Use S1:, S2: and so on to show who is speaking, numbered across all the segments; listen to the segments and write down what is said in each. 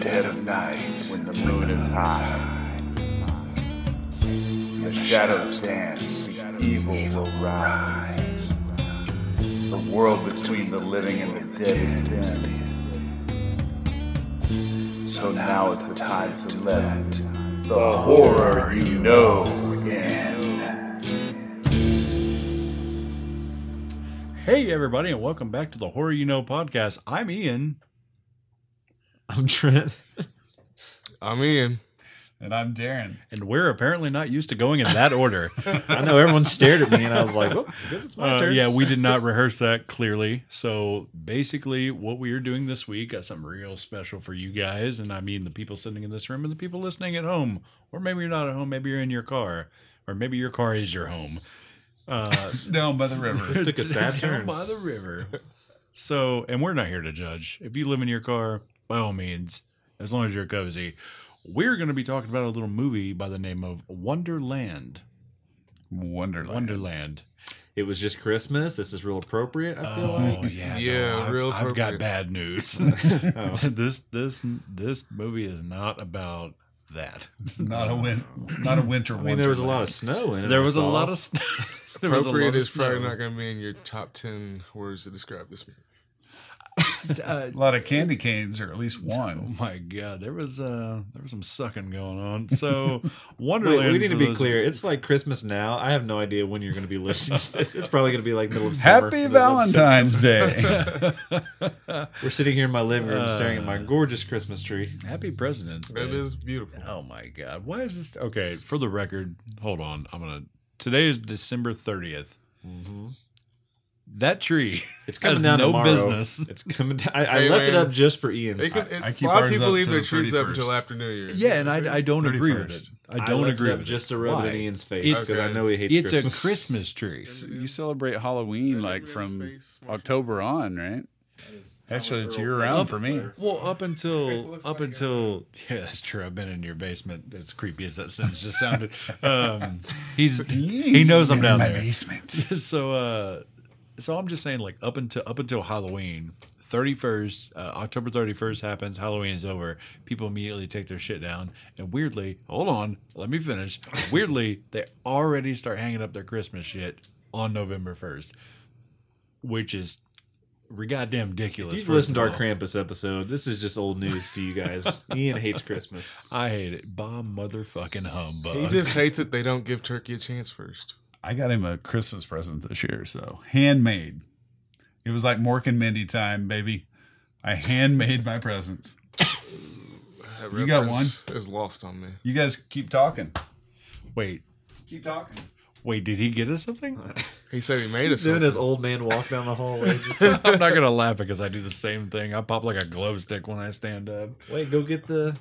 S1: dead of night when the moon is high. The shadows dance, the evil will rise. The world between the living and the dead is thin. So now is the time to let the horror you know in.
S2: Hey, everybody, and welcome back to the Horror You Know podcast. I'm Ian.
S3: I'm Trent.
S4: I'm Ian.
S5: And I'm Darren.
S2: And we're apparently not used to going in that order.
S3: I know everyone stared at me, and I was like, "Oh, I guess it's my
S2: Uh,
S3: turn."
S2: yeah, we did not rehearse that clearly. So basically, what we are doing this week got something real special for you guys, and I mean the people sitting in this room and the people listening at home, or maybe you're not at home, maybe you're in your car, or maybe your car is your home. Uh,
S5: Down by the river.
S3: This took a sad
S2: Down
S3: turn.
S2: by the river. So, and we're not here to judge. If you live in your car, by all means, as long as you're cozy. We're going to be talking about a little movie by the name of Wonderland.
S5: Wonderland.
S2: Wonderland.
S3: It was just Christmas. This is real appropriate. I feel
S2: Oh yeah, no,
S4: Yeah,
S2: I've,
S4: real
S2: I've got
S4: appropriate.
S2: bad news.
S3: like. Oh.
S2: this this this movie is not about that.
S5: Not a win not a winter
S3: I mean, there was a lot of snow in it.
S2: there
S3: I
S2: was a
S3: saw.
S2: lot of snow. there was a lot
S4: Appropriate
S2: of
S4: is probably
S2: snow.
S4: not going to be in your top 10 words to describe this movie.
S2: Uh,
S5: a lot of candy canes or at least
S2: oh
S5: one.
S2: my god, there was uh there was some sucking going on. So Wonderland.
S3: Wait, we need to
S2: for
S3: be
S2: those-
S3: clear. It's like Christmas now. I have no idea when you're going to be listening to this. It's probably going to be like middle of summer.
S5: Happy
S3: middle of September.
S5: Valentine's Day.
S3: We're sitting here in my living room, staring at my
S2: Uh,
S3: gorgeous Christmas tree.
S2: Happy President's Day.
S4: That is beautiful.
S2: Oh my god, why is this? Okay, for the record, hold on. I'm gonna. Today is December thirtieth.
S3: hmm
S2: That tree
S3: It's coming
S2: has
S3: down
S2: no
S3: tomorrow.
S2: business.
S3: It's coming. Down. I, I
S4: Hey,
S3: left it
S4: man.
S3: up just for Ian.
S4: They
S3: I,
S4: could,
S5: I-
S4: it-
S5: I keep
S4: a lot of
S5: ours
S4: people
S5: up
S4: leave
S5: to
S4: their
S5: the
S4: trees up
S5: 31st.
S4: until after New Year's.
S2: Yeah, and I, I don't agree with it.
S5: 31st.
S2: I don't
S3: left it
S2: agree
S3: up
S2: with it.
S3: just to rub it
S2: Why?
S3: in Ian's face
S2: It's-
S3: because I know he hates
S2: It's
S3: Christmas.
S2: a Christmas tree.
S5: you celebrate Halloween like from October on, right? Actually, it's year round Oh, for me.
S2: Well, up until up until yeah, that's true. I've been in your basement. It's creepy as that sentence just sounded. Um, he's he knows I'm down
S5: my
S2: there.
S5: basement.
S2: so uh so i'm just saying like up until up until halloween 31st uh, october 31st happens halloween is over people immediately take their shit down and weirdly hold on let me finish weirdly they already start hanging up their christmas shit on november 1st which is re- goddamn ridiculous
S3: You've
S2: first
S3: listened to
S2: of
S3: our
S2: all.
S3: Krampus episode. This is just old news to you guys. Ian hates Christmas.
S2: i hate it bob motherfucking humbug
S4: He just hates that they don't give turkey a chance first.
S5: I got him a Christmas present this year, so handmade. It was like Mork and Mindy time, baby. I handmade my presents.
S4: That
S5: You got
S4: reference Is lost on me.
S5: You guys keep talking.
S2: wait
S5: Keep talking.
S2: wait did he get us something
S4: He said he made us.
S3: Doing
S4: something.
S3: his old man walk down the hallway. Just
S2: i'm not gonna laugh because i do the same thing i pop like a glow stick when i stand up
S3: wait, go get the,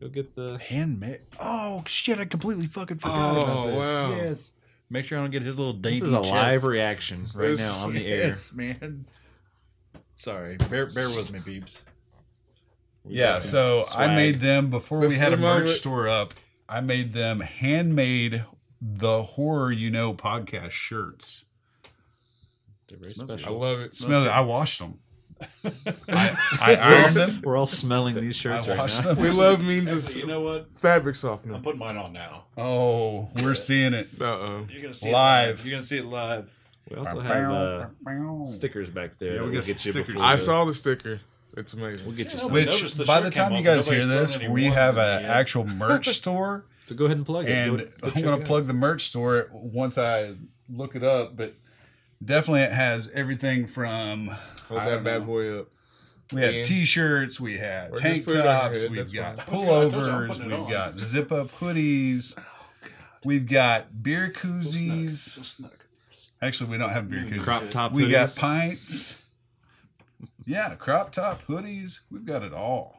S3: go get the.
S2: Handmade. Oh shit! I completely fucking forgot
S4: Oh,
S2: about this.
S4: wow.
S2: Yes. Make sure I don't get his little dainty.
S3: This is a
S2: chest.
S3: live reaction right
S4: This-
S3: now on the air.
S2: Yes, man. Sorry. Bear, bear with me, peeps.
S3: We
S5: Yeah,
S3: got some
S5: so I
S3: swag.
S5: made them before
S4: This
S5: we
S4: is
S5: had a
S4: the
S5: merch
S4: moment-
S5: store up. I made them handmade the horror you know podcast shirts.
S3: They're very
S2: Smells
S4: I
S3: special.
S4: love it.
S5: Smell it. I washed them. I,
S3: We're
S5: I
S3: all-
S5: ironed them.
S3: We're all smelling these
S5: I
S3: shirts right
S5: washed
S3: now.
S5: them.
S4: We love means is
S2: know what?
S4: fabric softener.
S2: putting mine on now.
S5: Oh, we're seeing it.
S4: Uh oh.
S2: You're gonna
S5: see it live.
S2: You're gonna see it live.
S3: We also have uh, stickers back there.
S5: Yeah,
S3: that
S5: we
S3: we'll
S5: got
S3: get you
S5: stickers.
S3: before
S4: I
S3: the-
S4: saw the sticker. It's amazing.
S3: We'll get you
S2: Yeah,
S3: some.
S2: we-
S5: Which,
S2: noticed the
S5: by
S2: shirt
S5: the
S2: came
S5: time you
S2: off.
S5: guys hear
S2: Nobody's
S5: this,
S2: thrown any
S5: we
S2: ones
S5: have
S2: in
S5: an
S2: the end.
S5: actual merch store.
S3: so go ahead and plug it.
S5: and
S3: Go- go
S5: I'm
S3: check
S5: going
S3: it
S5: to
S3: out.
S5: plug the merch store once I look it up, but definitely it has everything from
S4: Hold
S5: I
S4: that
S5: don't
S4: bad
S5: know.
S4: boy up.
S5: we had
S4: Yeah.
S5: t-shirts, we had
S4: Or just
S5: tank
S4: put it on your
S5: tops,
S4: head,
S5: we've
S4: that's
S5: got
S4: fine.
S2: I told you, I told you I'm
S5: pullovers,
S2: putting it on.
S5: we've got zip-up hoodies, we've got beer koozies. Actually, we don't have beer koozies.
S3: Mm, crop top.
S5: we got
S3: hoodies.
S5: pints. Yeah, crop top hoodies. We've got it all.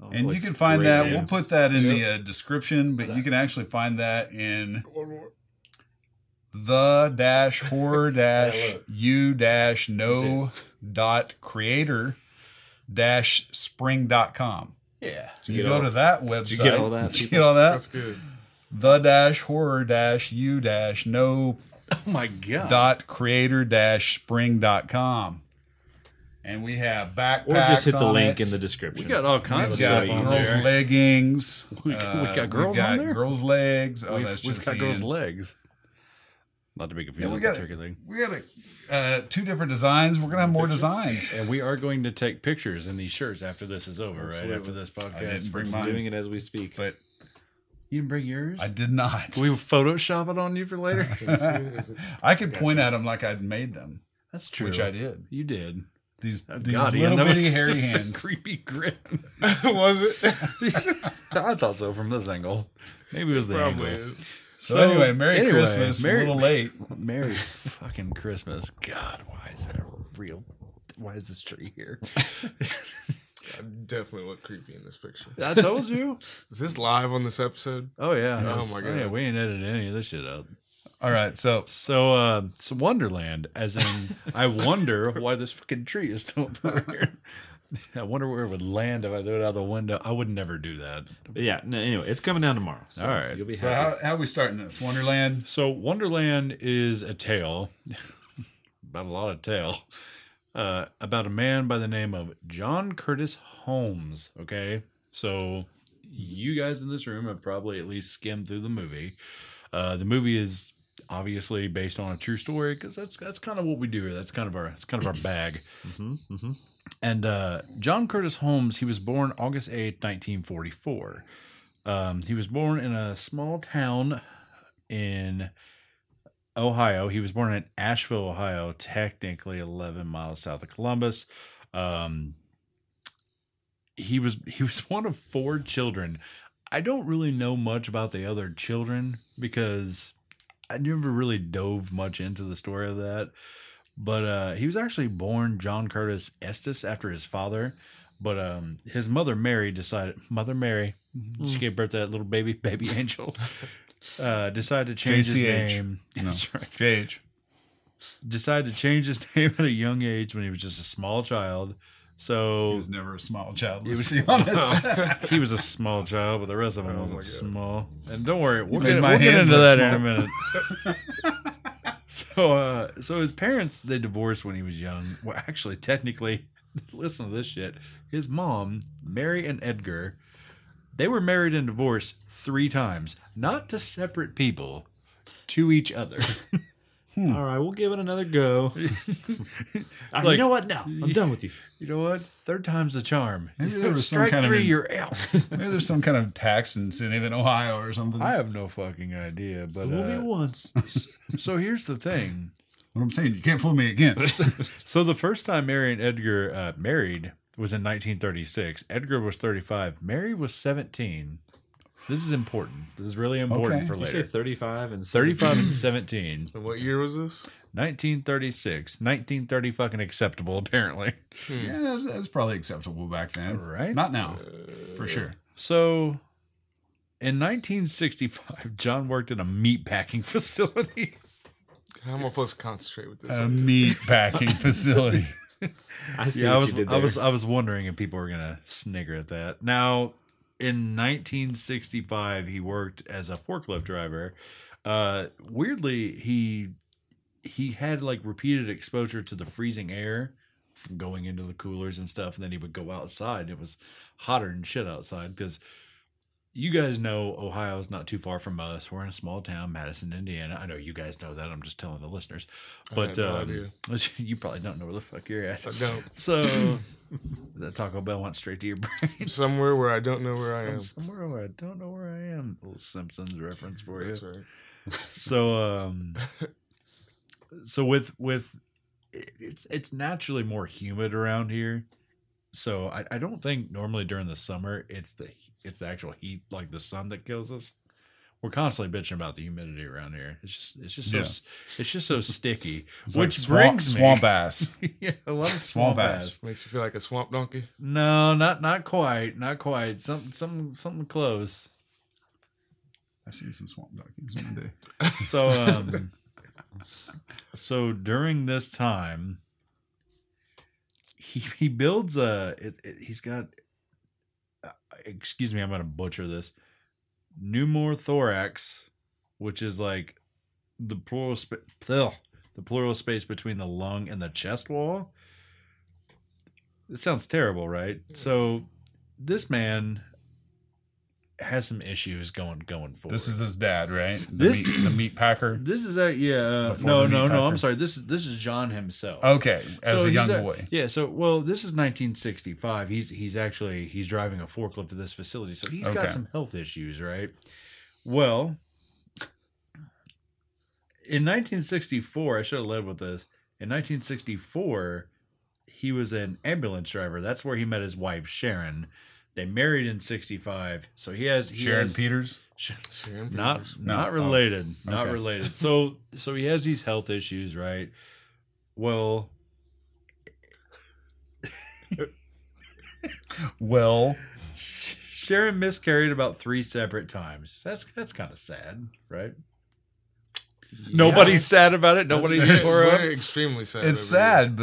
S3: Oh,
S5: And you
S3: looks
S5: can find that.
S3: crazy.
S5: We'll put that in the uh, description, but you can actually find that in the dash horror dash you dash no dot creator dash spring dot com.
S2: Yeah.
S3: Did
S5: You
S3: you get
S5: go
S3: all-
S5: to that website.
S3: you get all that,
S5: Did you
S3: people?
S5: get all
S4: That's
S5: that?
S4: good.
S5: The dash horror dash you dash no
S2: Oh my god.
S5: dot creator dash spring dot com. and we have
S3: Or
S5: backpacks.
S3: just hit the
S5: on
S3: link
S5: it.
S3: in the description.
S2: We got all
S5: We've
S2: kinds of
S5: got
S2: stuff
S3: Let's
S2: on
S5: girls'
S2: there.
S5: leggings.
S2: We- we got girls
S5: we
S2: on
S5: got
S2: there?
S5: Girls' legs. Oh,
S2: we've
S5: that's
S2: we've
S5: just
S2: got girls'
S5: Ian.
S2: legs. Not to be confused
S5: we
S2: with
S5: got-
S2: the turkey leg.
S5: We got a, uh, two different designs. We're gonna have more designs.
S2: And we are going to take pictures in these shirts after this is over, right? After this podcast.
S5: I didn't bring
S3: I'm doing
S5: mine,
S3: it as we speak.
S5: but
S2: You didn't bring yours?
S5: I did not.
S2: Can we Photoshop it on you for later?
S5: I could point at them like I'd made them,
S2: That's true.
S5: which I did.
S2: You did.
S5: These
S2: Oh,
S5: these
S2: God, Ian,
S5: little
S2: that was
S5: bitty
S2: just
S5: hairy
S2: a
S5: hands.
S2: creepy grin.
S4: was it?
S2: I thought so from this angle. Maybe it was the
S4: Probably.
S2: angle.
S4: is.
S5: So anyway, Merry Christmas.
S2: Merry,
S5: a little late.
S2: Merry fucking Christmas. God, why is that a real? Why is this tree here?
S4: I definitely look creepy in this picture.
S2: I told you.
S4: Is this live on this episode?
S2: Oh yeah.
S4: Oh,
S2: It's-
S4: my God.
S2: yeah, we ain't edited any of this shit out.
S5: All right, so
S2: So, uh, so Wonderland, as in, I wonder why this fucking tree is still up over here. I wonder where it would land if I threw it out the window. I would never do that.
S3: But yeah. No, anyway, it's coming down tomorrow. So
S2: All right.
S3: You'll be
S5: so
S3: happy.
S5: how how we starting this? Wonderland.
S2: So Wonderland is a tale about a lot of tale uh, about a man by the name of John Curtis Holmes. Okay, so you guys in this room have probably at least skimmed through the movie. Uh, the movie is obviously based on a true story because that's that's kind of what we do here. That's kind of our that's kind of our bag.
S3: hmm hmm
S2: And uh, John Curtis Holmes, he was born August 8th, 1944. Um, he was born in a small town in Ohio. He was born in Asheville, Ohio, technically 11 miles south of Columbus. Um, he was he was one of four children. I don't really know much about the other children because I never really dove much into the story of that. But uh, he was actually born John Curtis Estes after his father. But um, his mother Mary decided Mother Mary she gave birth to that little baby baby angel. Uh, decided to change
S5: JCH.
S2: his name. That's right
S5: Jage.
S2: decided to change his name at a young age when he was just a small child.
S5: He
S2: So
S5: was never a small child.
S2: He
S5: Let's
S2: was-
S5: be honest.
S2: he was a small child, but the rest
S5: Oh
S2: of him wasn't small. And don't worry, we'll,
S5: made
S2: get,
S5: my
S2: we'll get
S5: hands
S2: into
S5: look
S2: that in a
S5: small.
S2: minute. so, uh, so his parents they divorced when he was young. Well, actually, technically, listen to this shit. His mom, Mary and Edgar, they were married and divorced three times, not to separate people, to each other. Hmm.
S3: All right. We'll give it another go. Ah, you
S2: Like-
S3: know what? No, I'm done with you.
S2: You know what? Third time's the charm.
S5: Maybe there was some
S2: Strike
S5: kind of
S2: three,
S5: in-
S2: you're out.
S5: Maybe there's some kind of tax incentive in Ohio or something.
S2: I have no fucking idea, but
S3: Fool me
S2: uh,
S3: once.
S2: so here's the thing.
S5: what I'm saying, you can't fool me again.
S2: So the first time Mary and Edgar uh, married was in 1936. Edgar was 35. Mary was 17. This is important. This is really important
S5: Okay.
S2: for
S3: You say
S2: later.
S3: 35 and
S2: 35 and 17.
S4: And what year was this?
S2: 1936. 1930 fucking acceptable, apparently.
S4: Hmm.
S5: yeah, that was, that was probably acceptable back then.
S2: Right? Uh,
S5: Not now, for sure.
S2: So in 1965, John worked in a meat packing facility.
S4: How am I supposed to concentrate with this?
S5: A meat packing facility.
S3: I see
S2: yeah,
S3: what
S2: I was,
S3: you did
S2: I
S3: there.
S2: was, I was wondering if people were gonna snigger at that. Now, in 1965, he worked as a forklift driver. Uh, weirdly, he he had like repeated exposure to the freezing air from going into the coolers and stuff, and then he would go outside. It was hotter than shit outside because you guys know Ohio's not too far from us. We're in a small town, Madison, Indiana. I know you guys know that. I'm just telling the listeners,
S4: I
S2: but
S4: had no
S2: um, you probably don't know where the fuck you're at.
S4: I don't. Uh,
S2: So the Taco Bell went straight to your brain.
S4: Somewhere where I don't know where I am.
S2: I'm somewhere where I don't know where I am. Little Simpsons reference for you.
S4: That's right.
S2: So um so with with it- it's it's naturally more humid around here. So I, I don't think normally during the summer it's the it's the actual heat like the sun that kills us. We're constantly bitching about the humidity around here. It's just it's just so
S5: Yeah.
S2: s it's just so sticky.
S5: It's
S2: Which
S5: swamp-
S2: brings me-
S5: swamp ass.
S2: yeah, a lot of
S5: Swamp
S2: swamp
S5: ass.
S2: ass.
S4: Makes you feel like a swamp donkey.
S2: No, not not quite, not quite. Some some something close.
S5: I've seen some swamp donkeys one day.
S2: So um, so during this time, he he builds a. It, it- he's got. Uh, excuse me, I'm gonna butcher this. Pneumothorax, which is like the plural sp- the plural space between the lung and the chest wall. It sounds terrible, right? So this man has some issues going going forward.
S5: This is his dad, right? The
S2: This-
S5: meat, the meat packer.
S2: this is a yeah. uh,
S5: Before
S2: No,
S5: the
S2: no, no.
S5: Meatpacker.
S2: I'm sorry. This is this is John himself.
S5: Okay, as
S2: So
S5: a young
S2: he's
S5: boy.
S2: Yeah. So well, this is 1965. He's he's actually he's driving a forklift to this facility, so he's
S5: Okay.
S2: got some health issues, right? Well, in 1964, I should have led with this. In 1964, he was an ambulance driver. That's where he met his wife Sharon. They married in 65, so he has he
S5: Sharon
S2: has-
S5: Peters.
S4: Sharon
S2: not
S4: Peters.
S5: No,
S2: not
S5: oh,
S2: related not
S5: okay.
S2: related so so he has these health issues right well
S5: Well,
S2: sharon miscarried about three separate times that's that's kind of sad right nobody's sad about it nobody's
S5: That's-
S2: tore up
S4: We're extremely sad.
S5: it's
S4: over here.
S5: sad,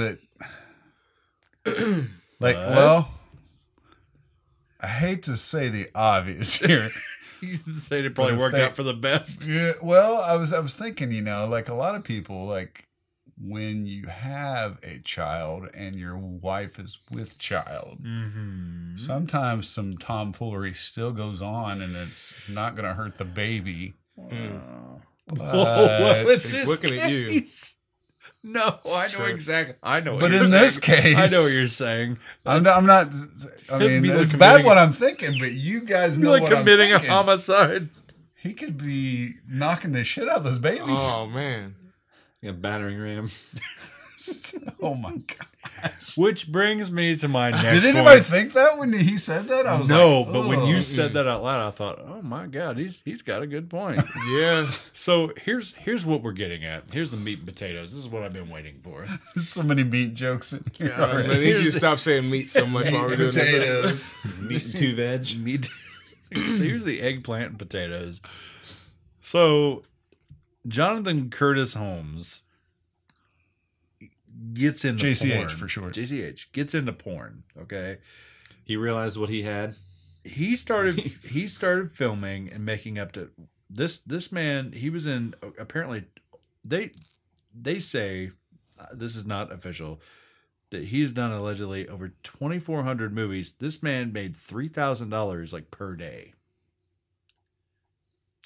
S5: but like,
S2: What?
S5: well, I hate to say the obvious here.
S2: he said it probably
S5: But if
S2: worked
S5: they-
S2: out for the best
S5: Yeah, well, I was I was thinking, you know, like a lot of people, like when you have a child and your wife is with child,
S2: mm-hmm.
S5: sometimes some tomfoolery still goes on, and it's not going to hurt the baby.
S4: Hmm.
S2: Whoa,
S5: Uh, But,
S2: Mm. what is
S4: He's
S2: this
S4: looking at you.
S2: case? no i know
S4: Sure.
S2: exactly i know what
S5: but
S2: you're
S5: in this
S2: saying.
S5: case,
S2: i know what you're saying
S5: I'm not.
S2: That's-
S5: I'm not I
S2: It'd
S5: mean,
S2: be like
S5: it's bad
S2: committing-
S5: what I'm thinking, but you guys
S2: you're
S5: know
S2: like
S5: what
S2: committing
S5: I'm
S2: a
S5: thinking.
S2: homicide
S5: He could be knocking the shit out of those babies.
S4: Oh man,
S3: Yeah, battering ram.
S5: oh my god.
S2: which brings me to my next
S5: Did
S2: one.
S5: anybody think that when he said that? I was
S2: no,
S5: like, "Oh."
S2: but when you
S5: "Ugh."
S2: said that out loud, I thought, "Oh my god, he's he's got a good point."
S4: yeah.
S2: so here's here's what we're getting at. Here's the meat and potatoes. This is what I've been waiting for.
S5: there's so many meat jokes in here.
S4: I
S5: already.
S4: need
S2: Here's
S4: you to
S2: the-
S4: stop saying meat so much while we're doing this.
S5: Potatoes.
S4: episode.
S3: Meat and two veg.
S2: Meat. here's the eggplant and potatoes. So, Jonathan Curtis Holmes gets into
S5: JCH
S2: porn.
S5: for short.
S2: JCH gets into porn. Okay.
S3: He realized what he had.
S2: he started he started filming and making up to this this man he was in apparently they they say uh, this is not official that he's done allegedly over 2400 movies this man made $3000 like per day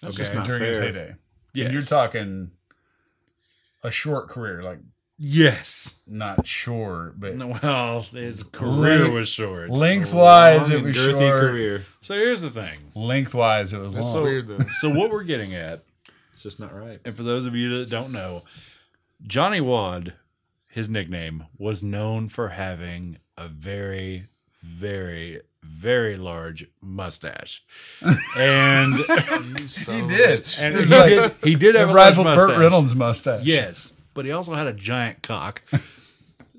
S3: That's
S2: Okay.
S3: just not
S5: during his
S3: fair.
S5: heyday. And You're talking a short career, like
S2: yes
S5: not short, but
S2: No, well his career
S5: Length-
S2: was short
S5: lengthwise
S3: Long
S5: it
S3: and
S5: was
S3: girthy
S5: short.
S3: career.
S2: so here's the thing
S5: Lengthwise it was
S4: That's
S5: long.
S4: so weird though.
S2: so what we're getting at
S3: It's just not right.
S2: And for those of you that don't know, Johnny Wad, his nickname, was known for having a very, very, very large mustache. And,
S4: You son
S5: He
S4: of a
S5: did.
S4: bitch.
S2: and he,
S5: It's like-
S2: did, he did
S5: It
S2: have a large
S5: rivaled
S2: mustache.
S5: Burt Reynolds' mustache.
S2: Yes. But he also had a giant cock.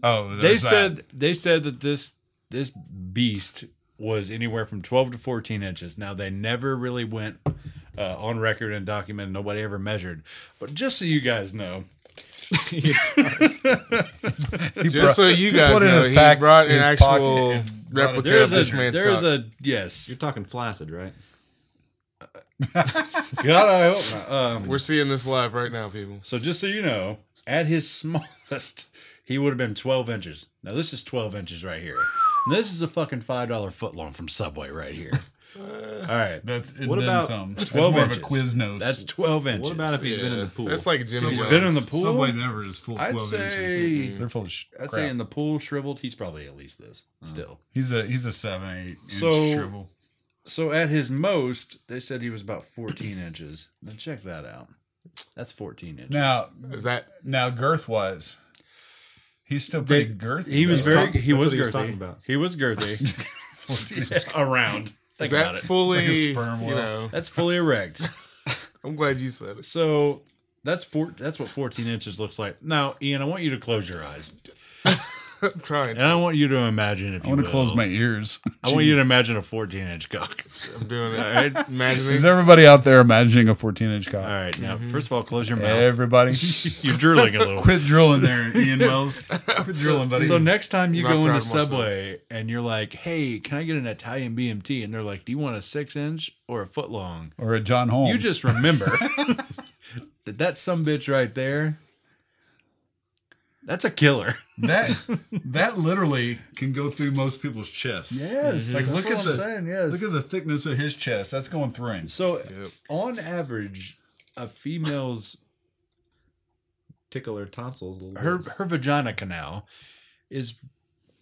S5: Oh,
S2: They
S5: there's that.
S2: said they said that this this beast was anywhere from 12 to 14 inches. Now they never really went uh, on record and documented. Nobody ever measured. But just so you guys know,
S5: He
S4: Just so
S5: brought-
S4: you
S5: he
S4: guys
S5: put it in
S4: know,
S5: his
S4: he
S5: pack-
S4: brought an
S5: his
S4: actual
S5: pocket and brought it-
S4: replica
S2: There's
S4: of
S2: a
S4: this man's
S2: there's
S4: cock.
S2: a yes.
S3: You're talking flaccid, right?
S2: God, I hope not. Um,
S4: We're seeing this live right now, people.
S2: so just so you know, at his smallest, he would have been 12 inches. Now this is 12 inches right here. And this is a fucking five dollar footlong from Subway right here.
S4: Uh,
S2: All right,
S5: That's and
S3: What
S5: then
S3: about
S5: some. That's
S2: 12
S5: more of a
S2: inches?
S5: Quiznos.
S2: that's 12 inches.
S3: What about if he's been in the
S4: Yeah.
S3: pool?
S4: That's like Jimmy.
S2: he's
S4: John's.
S2: been in the pool?
S5: Subway never is full
S2: I'd
S5: 12 inches.
S2: say
S5: They're full of sh-
S2: I'd say
S5: crap.
S2: in the pool shriveled, he's probably at least this
S4: Mm.
S2: still.
S5: He's a he's a seven eight inch
S2: So-
S5: shrivel.
S2: So at his most, they said he was about 14 inches. Now check that out. That's 14 inches.
S5: Now
S4: Is that
S5: now girth wise, he's still pretty
S2: They-
S5: girthy.
S2: he was
S5: though.
S2: very
S3: talking-
S2: he
S3: that's
S2: was
S3: what he was
S2: girthy.
S3: talking about.
S2: He was girthy.
S5: 14 inches.
S2: Around.
S4: is
S2: Think about
S4: that
S2: it.
S5: Like a
S4: fully?
S5: sperm
S4: you
S5: whale.
S4: know,
S2: That's fully erect.
S4: I'm glad you said it.
S2: So that's four. That's what 14 inches looks like. Now, Ian, I want you to close your eyes,
S4: I'm trying.
S2: and
S4: To.
S2: I want you to imagine. If
S5: I
S2: you
S5: want to
S2: will.
S5: close my ears.
S2: I want you to imagine a 14 inch cock.
S4: I'm doing it. Imagining.
S5: Is everybody out there imagining a 14 inch cock?
S2: All right. Now,
S4: Mm-hmm.
S2: first of all, close your mouth.
S5: Everybody,
S2: You're drooling a little.
S5: quit drilling there, Ian Wells. Quit drilling, buddy.
S2: So next time you
S4: Not
S2: go
S4: proud
S2: into
S4: of myself.
S2: Subway and you're like, "Hey, can I get an Italian BMT?" and they're like, "Do you want a six inch or a foot long?"
S5: or a John Holmes.
S2: You just remember that that some bitch right there That's a killer.
S5: That that literally can go through most people's chests. Like look at the
S2: yes.
S5: look at the thickness of his chest. That's going through him.
S2: so
S4: Yep.
S2: on average, a female's
S3: Tickle her tonsils a little.
S2: her
S3: bit.
S2: her vagina canal is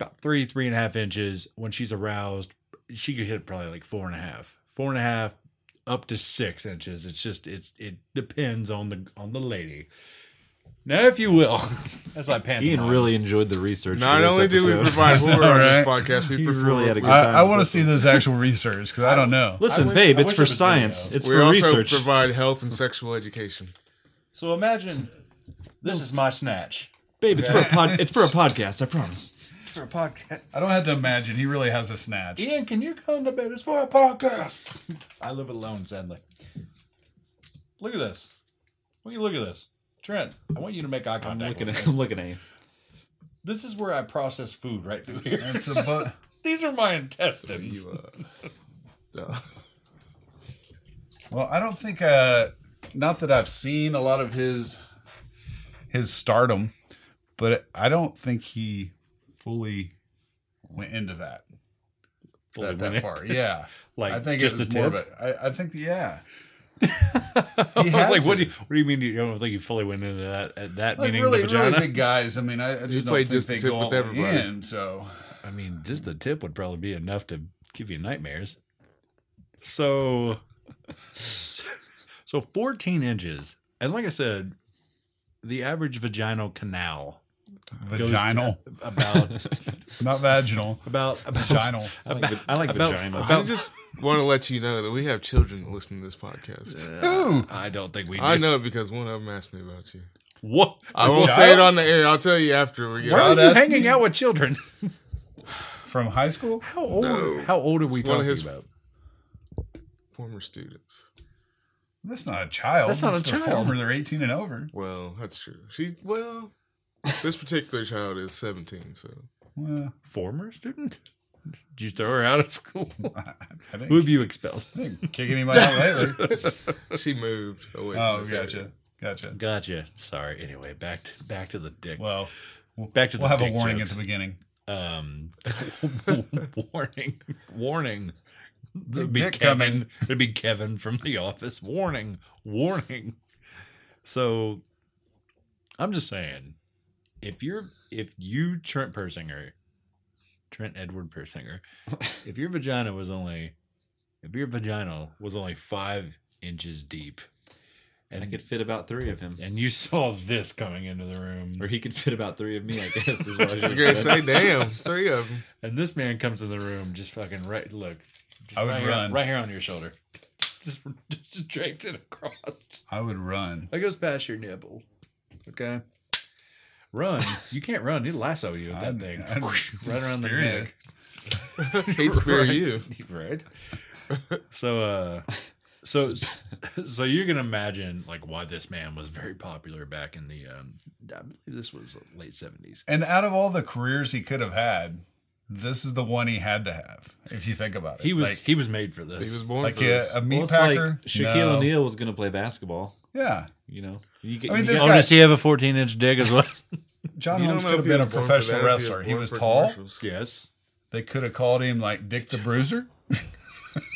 S2: about three three and a half inches. When she's aroused, she could hit probably like four and a half, four and a half, up to six inches. It's just it's it depends on the on the lady. Now, if you will, that's like pantomime.
S3: Ian really enjoyed the research. for
S4: Not
S3: this
S4: only do we
S3: episode.
S4: provide horror on this
S5: Alright.
S4: podcast, we
S3: He
S4: perform.
S3: really had a good
S5: I,
S3: time
S5: I
S3: with
S5: want to
S3: this
S5: see this actual research because I don't know.
S3: Listen,
S2: I wish-
S3: babe,
S2: I
S3: it's
S2: wish
S3: for
S2: it was
S3: science.
S2: video.
S3: It's
S4: we
S3: for
S4: also
S3: research.
S4: provide health and sexual education.
S2: So imagine this is my snatch
S3: babe, it's for a pod. It's for a podcast. I promise.
S2: for a podcast.
S5: I don't have to imagine. He really has a snatch.
S2: Ian, can you come to bed? It's for a podcast. I live alone, sadly. Look at this. Will you look at this? Trent, I want you to make eye
S3: I'm
S2: contact.
S3: looking
S2: with
S3: at.
S2: me.
S3: I'm looking at you.
S2: This is where I process food right through here.
S5: It's a bu-
S2: These are my
S4: So
S2: intestines.
S4: you, uh, uh,
S5: well, I don't think. Uh, not that I've seen a lot of his his stardom, but I don't think he fully went into that
S3: Fully
S5: that,
S3: went
S5: that far. Yeah,
S2: Like
S5: I think
S2: just
S5: it was
S2: the
S5: more
S2: tip.
S5: of it. I, I think yeah.
S2: I was
S5: had
S2: like, what do
S5: to.
S2: you what do you mean you don't think you fully went into that at that
S5: Like
S2: meaning
S5: really,
S2: the vagina?
S5: really big guys. I mean, I, I just don't
S4: played
S5: think
S4: just the
S5: they
S4: tip
S5: go
S4: with
S5: all
S4: everybody.
S5: in. So
S2: I mean, just the tip would probably be enough to give you nightmares. So, so 14 inches. And like I said, the average vaginal canal goes to
S5: vaginal,
S2: about,
S5: not vaginal,
S2: about, about,
S5: vaginal.
S3: I like, va- I like
S2: About-
S3: vagina.
S4: I just want to let you know that we have children listening to this podcast.
S5: Ooh.
S2: I don't think we do.
S4: I know because one of them asked me about you.
S2: What?
S4: I won't
S5: child?
S4: say it on the air. I'll tell you after we get
S2: Why are
S4: out.
S5: Child
S2: you
S5: asked
S2: hanging
S5: me-
S2: out with children?
S5: From high school?
S2: How old?
S4: No.
S2: How old are we
S4: It's one of
S2: talking
S4: his-
S2: about?
S4: Former students.
S5: That's not a child.
S2: That's not a
S5: It's their
S2: child.
S5: Former, they're 18 and over.
S4: Well, that's true. She's well. This particular child is 17, so
S5: Well,
S2: Former student? Did you throw her out of school?
S5: I I
S2: Who have
S5: didn't,
S2: you expelled?
S5: I didn't kick anybody out lately.
S4: she moved away. from
S5: Oh,
S4: this
S5: gotcha.
S4: area.
S5: Gotcha.
S2: Gotcha. Sorry. Anyway, back to, back to the dick.
S5: Well, we'll,
S2: Back to the
S5: we'll have a
S2: dick
S5: warning
S2: jokes.
S5: at the beginning.
S2: um warning warning it'd be
S5: dick
S2: kevin it'd be kevin from the office warning warning so i'm just saying if you're if you trent persinger trent edward persinger if your vagina was only if your vagina was only five inches deep
S3: I
S2: and
S3: could fit about three of him,
S2: and you saw this coming into the room
S3: or he could fit about three of me. I guess is what
S4: I
S3: I
S4: was gonna
S3: just said.
S4: say, damn, three of them.
S2: And this man comes in the room, just fucking right. Look, just
S5: I would
S2: right here-
S5: run.
S2: right here on your shoulder, just, just draped it across.
S5: I would run.
S2: That goes past your nipple. Okay, run. You can't run. He'll lasso you with that
S5: I'd-
S2: thing.
S5: I'd
S2: right around the
S5: spear you.
S2: neck.
S4: Hate spare
S2: Right.
S4: you.
S2: right. So, uh, so, so you can imagine like why this man was very popular back in the, um, I believe this was late seventies.
S5: And out of all the careers he could have had, this is the one he had to have, if you think about it.
S2: He was
S5: like,
S2: he was made for this.
S4: He was born
S5: like
S4: for
S5: a,
S4: this.
S5: a meat
S3: Well, it's like
S5: packer.
S3: Shaquille
S5: No.
S3: O'Neal was gonna play basketball.
S5: Yeah.
S3: You know, you get,
S5: I mean,
S3: you
S5: this
S3: got-
S5: guy-
S2: Oh, he have a fourteen inch dick as well?
S5: John
S4: You don't
S5: Holmes
S4: know
S5: could
S4: if
S5: have
S4: he
S5: been a
S4: was born for
S5: professional
S4: that or if was
S5: wrestler. He
S4: born
S5: was
S4: for
S5: tall.
S4: commercials.
S2: yes.
S5: They could have called him like Dick the Bruiser.
S4: Dick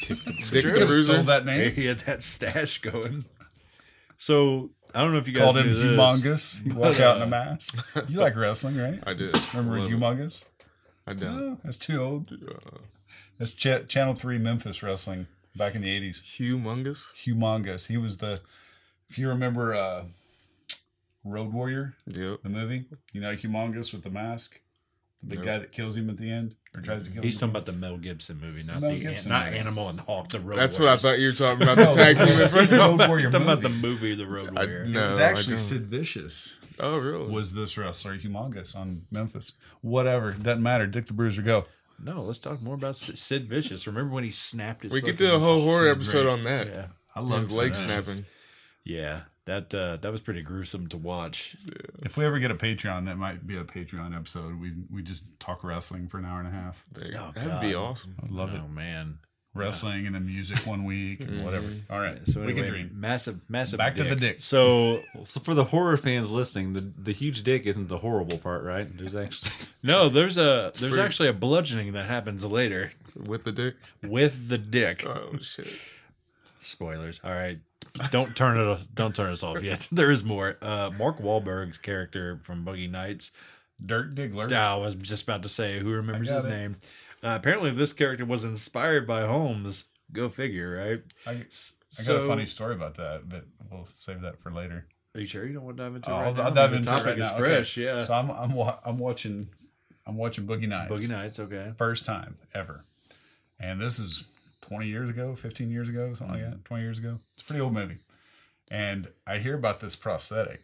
S2: Sure.
S5: Could
S4: the
S5: have stole
S4: Bruiser.
S5: that name.
S2: He had that stash going. So I don't know if you guys
S5: Called him
S2: knew this.
S5: Humongous. You walk
S2: But,
S5: out in
S2: uh,
S5: a mask. You like wrestling, right?
S4: I did.
S5: Remember
S4: Love it.
S5: Humongous?
S4: I don't.
S5: No, that's too old.
S4: Uh,
S5: That's Ch- Channel Three Memphis Wrestling back in the eighties.
S4: humongous.
S5: Humongous. He was the, if you remember, uh, Road Warrior,
S4: Yep.
S5: the movie. You know, Humongous with the mask, the big
S4: Nope.
S5: guy that kills him at the end or tries to kill
S2: He's
S5: him.
S2: talking about the Mel Gibson movie, not
S5: Mel
S2: the
S5: Gibson
S2: not
S5: movie.
S2: Animal and Hawk, the Road
S4: That's what I
S2: Warriors.
S4: thought you were talking about. The tag team at
S2: He's
S4: first.
S5: Road
S2: talking about-
S5: Warrior
S2: he's talking about the
S5: movie.
S2: movie, The Road
S4: I-
S2: Warrior.
S4: no.
S5: it was
S4: I
S5: actually
S4: don't.
S5: Sid Vicious
S4: Oh, really?
S5: was this wrestler Humongous on Memphis. Whatever, doesn't matter. Dick the Bruiser, go.
S2: No, let's talk more about S- Sid Vicious. Remember when he snapped his?
S4: we could
S2: fucking-
S4: do a whole horror
S5: great.
S4: episode on that.
S2: Yeah,
S5: I
S4: His leg
S5: Sid Vicious.
S4: snapping.
S2: yeah. That uh, that was pretty gruesome to watch.
S5: If we ever get a Patreon, that might be a Patreon episode. We we just talk wrestling for an hour and a half.
S4: There you
S2: Oh,
S4: go. That'd be
S2: God.
S4: awesome.
S5: I'd love
S2: oh
S5: it.
S2: man,
S5: wrestling and then music one week and whatever. All right,
S2: So
S5: we can
S2: anyway,
S5: dream.
S2: massive, massive.
S5: Back to the dick.
S2: So
S3: So for the horror fans listening, the the huge dick isn't the horrible part, right? There's actually
S2: no, there's a there's
S4: Free.
S2: actually a bludgeoning that happens later
S4: with the dick.
S2: with the dick.
S4: Oh shit!
S2: Spoilers. All right. Don't turn it off. Don't turn us off yet. There is more. Uh, Mark Wahlberg's character from Boogie Nights.
S5: Dirk Diggler.
S2: Ah, I was just about to say who remembers
S5: I got
S2: his
S5: it.
S2: name. Uh, apparently, this character was inspired by Holmes. Go figure, right?
S5: I, I
S2: S-
S5: got a funny story about that, but we'll save that for later.
S2: Are you sure you don't want to dive into? it
S5: Oh, I'll,
S2: right now?
S5: I'll dive
S2: the
S5: into it
S2: topic
S5: right
S2: is
S5: now.
S2: fresh.
S5: Okay.
S2: Yeah.
S5: So I'm I'm wa- I'm watching I'm watching Boogie Nights.
S2: Boogie Nights. Okay.
S5: First time ever, and this is 20 years ago, 15 years ago, something like that. 20 years ago. It's a pretty old movie, and I hear about this prosthetic,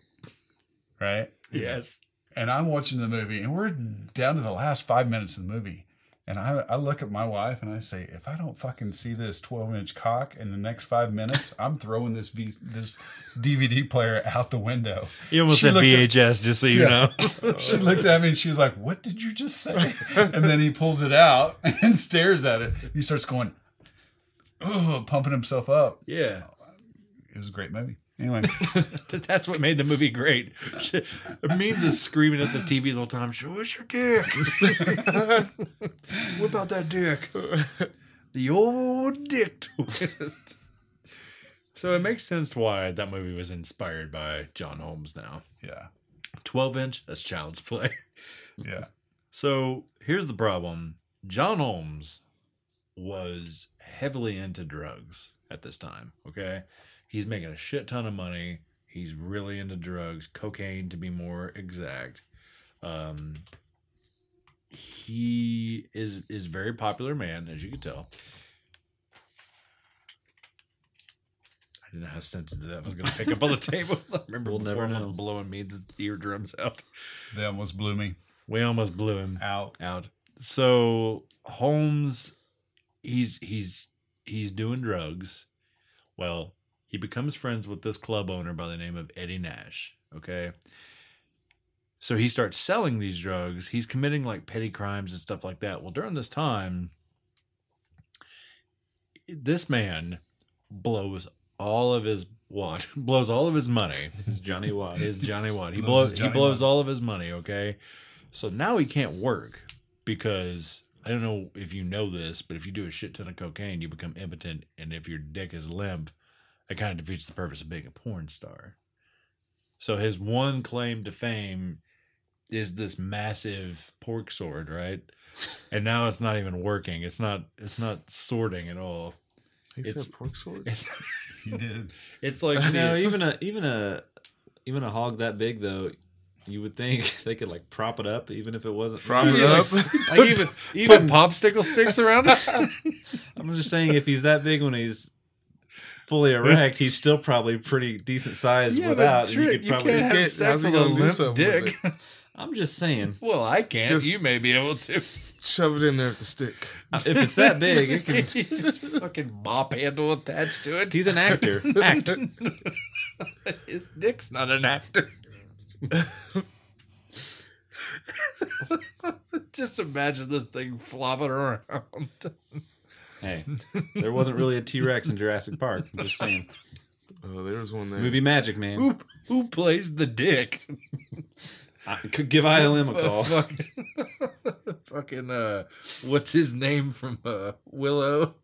S5: right?
S2: Yes.
S5: And I'm watching the movie, and we're down to the last five minutes of the movie. And I, I look at my wife and I say, if I don't fucking see this 12 inch cock in the next five minutes, I'm throwing this v- this DVD player out the window.
S2: You almost
S5: She
S2: said
S5: looked at-
S2: VHS, just so you
S5: Yeah.
S2: know.
S5: She looked at me and she was like, What did you just say? And then he pulls it out and stares at it. He starts going, Ugh, pumping himself up.
S2: yeah.
S5: It was a great movie. Anyway,
S2: That's what made the movie great. Means is screaming at the TV the whole time. Show us your dick. what about that dick? The old dick twist. so it makes sense why that movie was inspired by John Holmes. Now,
S5: yeah.
S2: twelve inch. That's child's play.
S5: Yeah.
S2: So here's the problem. John Holmes was heavily into drugs at this time. Okay. He's making a shit ton of money. He's really into drugs, cocaine to be more exact. Um, he is is a very popular man, as you can tell. I didn't know how sensitive that was going to pick up on the table. I remember
S3: We'll
S2: before
S3: never
S2: almost
S3: know.
S2: blowing Mead's eardrums out.
S5: They almost blew me
S2: We almost blew him
S5: out.
S2: out. So Holmes, he's he's he's doing drugs. Well, he becomes friends with this club owner by the name of Eddie Nash. Okay. So he starts selling these drugs. He's committing like petty crimes and stuff like that. Well, during this time, this man blows all of his what blows all of his money
S3: it's Johnny Watt.
S2: is Johnny Watt. He
S5: Blows
S2: blows,
S5: his
S2: he
S5: Johnny
S2: blows
S5: Watt.
S2: all of his money, okay? So now he can't work because I don't know if you know this, but if you do a shit ton of cocaine, you become impotent and if your dick is limp, it kind of defeats the purpose of being a porn star. So his one claim to fame is this massive pork sword, right? And now it's not even working. It's not it's not sorting at all.
S4: He
S2: It's-
S4: said pork sword.
S2: It's
S5: You did.
S2: it's like the-
S3: no, even a even a even a hog that big though, you would think they could like prop it up, even if it wasn't
S4: Prop it
S3: Yeah, like-
S4: up.
S3: Like, even even
S2: popsicle sticks around it.
S3: I'm just saying, if he's that big when he's fully erect, he's still probably pretty decent sized
S2: Yeah, but
S3: without. and
S2: Trent,
S3: you could
S2: you
S3: probably.
S2: can't- Have
S4: Get-
S2: sex
S4: how's he
S2: with a
S4: gonna do
S2: limp
S4: something with
S2: dick?
S4: it?
S3: I'm just saying,
S2: Well, I can't.
S4: Just-
S2: you may be able to.
S4: Shove it in there with the stick.
S3: if it's that big, it can.
S2: It's a fucking mop handle attached to it.
S3: He's an actor. Act.
S2: His dick's not an actor. Just imagine this thing flopping around.
S3: Hey, there wasn't really a T Rex in Jurassic Park. I'm just saying,
S4: Oh, there was one there.
S3: movie magic, man.
S2: Who who plays the dick?
S3: I could give ILM a call.
S2: Fucking, fucking uh, what's his name from uh, Willow?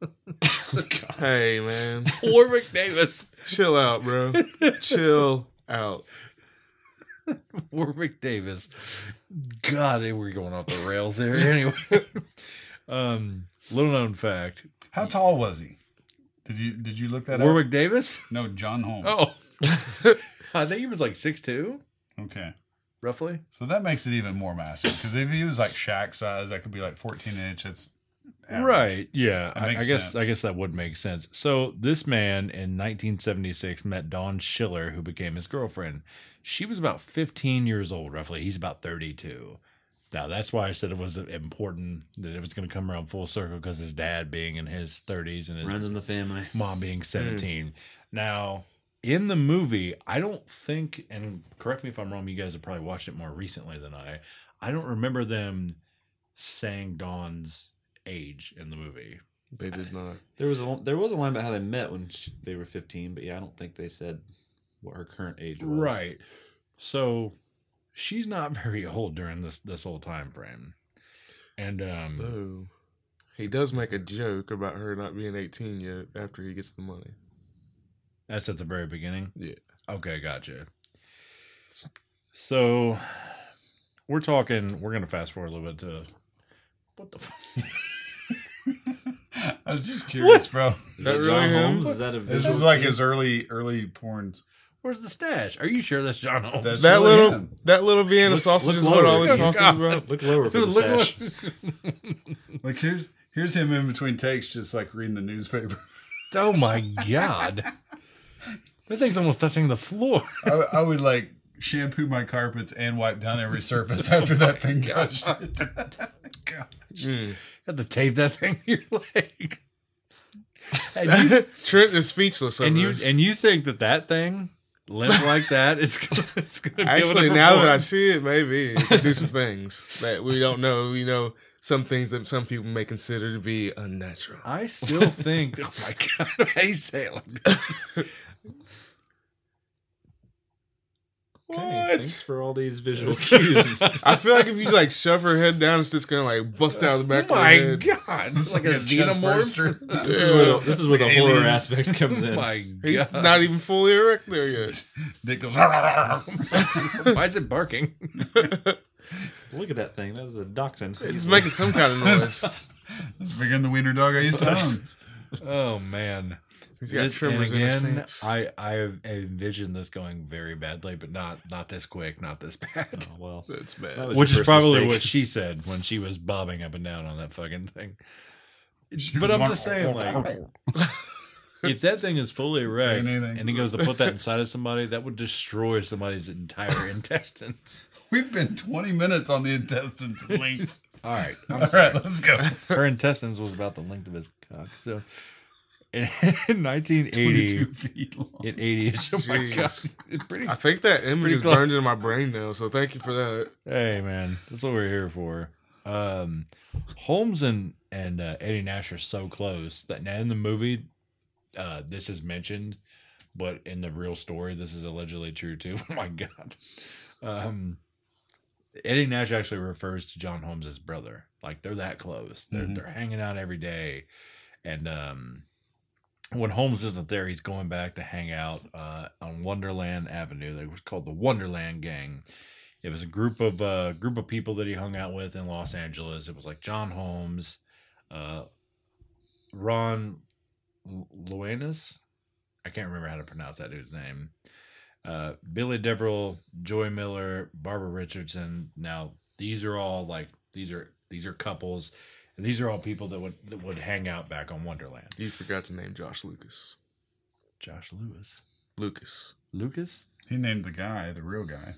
S4: Hey man,
S2: Warwick Davis.
S4: chill out, bro. chill out.
S2: Warwick Davis. God, we're going off the rails there. Anyway, um, little known fact:
S5: How tall was he? Did you did you look that up?
S2: Warwick Davis.
S5: No, John Holmes.
S2: Oh, I think he was like six two,
S5: Okay.
S2: roughly.
S5: So that makes it even more massive because if he was like Shaq size, that could be like 14 inch. It's average.
S2: Right. Yeah.
S5: That
S2: I, I
S5: makes
S2: guess
S5: sense.
S2: I guess that would make sense. So this man in 1976 met Dawn Schiller, who became his girlfriend. She was about 15 years old, roughly. He's about 32. Now that's why I said it was important that it was going to come around full circle because his dad being in his 30s and his
S3: Runs in the family.
S2: mom being 17. Now, in the movie, I don't think, and correct me if I'm wrong, you guys have probably watched it more recently than I. I don't remember them saying Dawn's age in the movie.
S4: They did not.
S3: There was a there was a line about how they met when sh they were fifteen, but yeah, I don't think they said what her current age was.
S2: Right. So she's not very old during this this whole time frame. And um
S4: Though he does make a joke about her not being 18 yet after he gets the money.
S2: that's at the very beginning.
S4: Yeah.
S2: Okay, gotcha. So we're talking we're gonna fast forward a little bit to what the f-
S5: I was just curious, bro.
S3: Is
S4: that
S3: that,
S4: really
S3: John
S4: him?
S3: Holmes? Is that a
S5: This
S3: visual
S5: is like
S3: cue?
S5: his early early porns.
S2: Where's the stash? Are you sure that's John Holmes?
S5: That's
S4: That
S5: really
S4: little
S5: him.
S4: that little Vienna
S3: Look-
S4: sausage
S3: look
S4: is what I
S3: lower.
S4: was talking
S2: God.
S4: about.
S3: look lower for the
S2: Look, look.
S3: stash.
S5: Like here's here's him in between takes, just like reading the newspaper.
S2: Oh my god. That thing's almost touching the floor.
S5: I, I would like shampoo my carpets and wipe down every surface after that thing touched it.
S4: Mm.
S2: Had to tape that thing to your leg. And you,
S4: Trent is speechless.
S2: and
S4: over
S2: you
S4: this.
S2: and you think that that thing limp like that is gonna, it's gonna
S4: actually
S2: be able to
S4: now that I
S2: perform.
S4: see it, maybe it could do some things that we don't know. You know, some things that some people may consider to be unnatural.
S2: I still think. Oh my god! How do you say it like that?
S3: Okay,
S4: What?
S3: thanks for all these visual cues.
S4: I feel like if you like shove her head down, it's just gonna like bust out of the back
S2: oh
S4: of
S2: my
S4: her head.
S2: god! It's like a
S5: chest
S2: xenomorph.
S5: burster.
S3: This is where the, this is where the horror
S5: Aliens.
S3: aspect comes
S2: Oh
S3: in.
S2: my
S4: He's
S2: god!
S4: not even fully erect there yet.
S5: Dick goes. "Arr, arr, arr."
S2: Why is it barking?
S3: Look at that thing. That is a dachshund.
S4: It's making some kind of noise.
S5: That's bigger than the wiener dog I used to own.
S2: Oh man!
S4: He's got
S2: This-
S4: tremors
S2: and
S4: in his
S2: again,
S4: pants.
S2: I I envisioned this going very badly, but not not this quick, not this bad.
S3: Oh, well,
S4: That's bad.
S3: that was
S2: Which
S3: your
S2: is
S3: first
S2: probably
S3: mistake.
S2: what she said when she was bobbing up and down on that fucking thing.
S5: She
S2: But
S5: was
S2: I'm
S5: like,
S2: just saying, like, if that thing is fully
S5: Saying
S2: erect
S5: anything.
S2: and he goes to put that inside of somebody, that would destroy somebody's entire intestines.
S5: We've been 20 minutes on the intestine length.
S2: All right,
S5: All
S2: I'm sorry.
S5: right, let's go.
S2: Her intestines was about the length of his cock. So in, in 1980,
S5: 22 feet long.
S2: in 80 ish. Oh my god,
S4: Jeez.
S2: It's pretty.
S4: I think that image
S2: Pretty
S4: is
S2: close.
S4: burned into my brain now, so thank you for that.
S2: Hey man, that's what we're here for. Um, Holmes and and uh, Eddie Nash are so close that now in the movie, uh, this is mentioned, but in the real story, this is allegedly true too. Oh my god. Um, Eddie Nash actually refers to John Holmes as brother. Like they're that close. They're
S5: Mhm.
S2: they're hanging out every day, and um, when Holmes isn't there, he's going back to hang out uh, on Wonderland Avenue. They was called the Wonderland Gang. It was a group of uh, group of people that he hung out with in Los Angeles. It was like John Holmes, uh, Ron L- Luanis. I can't remember how to pronounce that dude's name. Uh, Billy Deverell, Joy Miller, Barbara Richardson. Now these are all like these are these are couples. And these are all people that would that would hang out back on Wonderland.
S4: You forgot to name Josh Lucas.
S2: Josh Lewis,
S4: Lucas.
S2: Lucas.
S5: He named the guy, the real guy.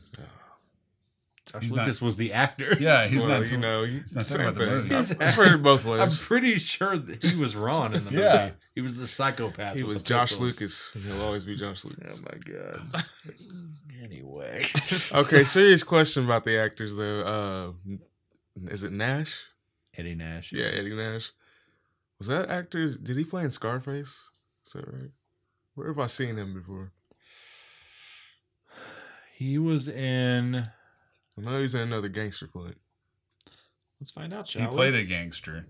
S2: Josh
S5: He's
S2: Lucas was the actor.
S5: Yeah, he's
S4: well,
S5: not.
S4: you know, you-
S5: not talking
S4: same
S5: about the
S4: thing.
S5: movie.
S4: I've
S2: He's
S4: I've heard both
S2: I'm
S4: ways.
S2: pretty sure that he was Ron in the movie.
S5: Yeah.
S2: He was the psychopath.
S4: He
S2: with
S4: was
S2: the
S4: Josh
S2: pistols.
S4: Lucas. and He'll always be Josh Lucas.
S2: my god. anyway.
S4: Okay, serious question about the actors though. Uh, is it Nash?
S2: Eddie Nash.
S4: Yeah, Eddie Nash. Was that actor? Did he play in Scarface? Is that right? Where have I seen him before?
S2: He was in
S4: I know he's in another gangster flick.
S3: Let's find out, shall
S5: He
S3: we?
S5: played a gangster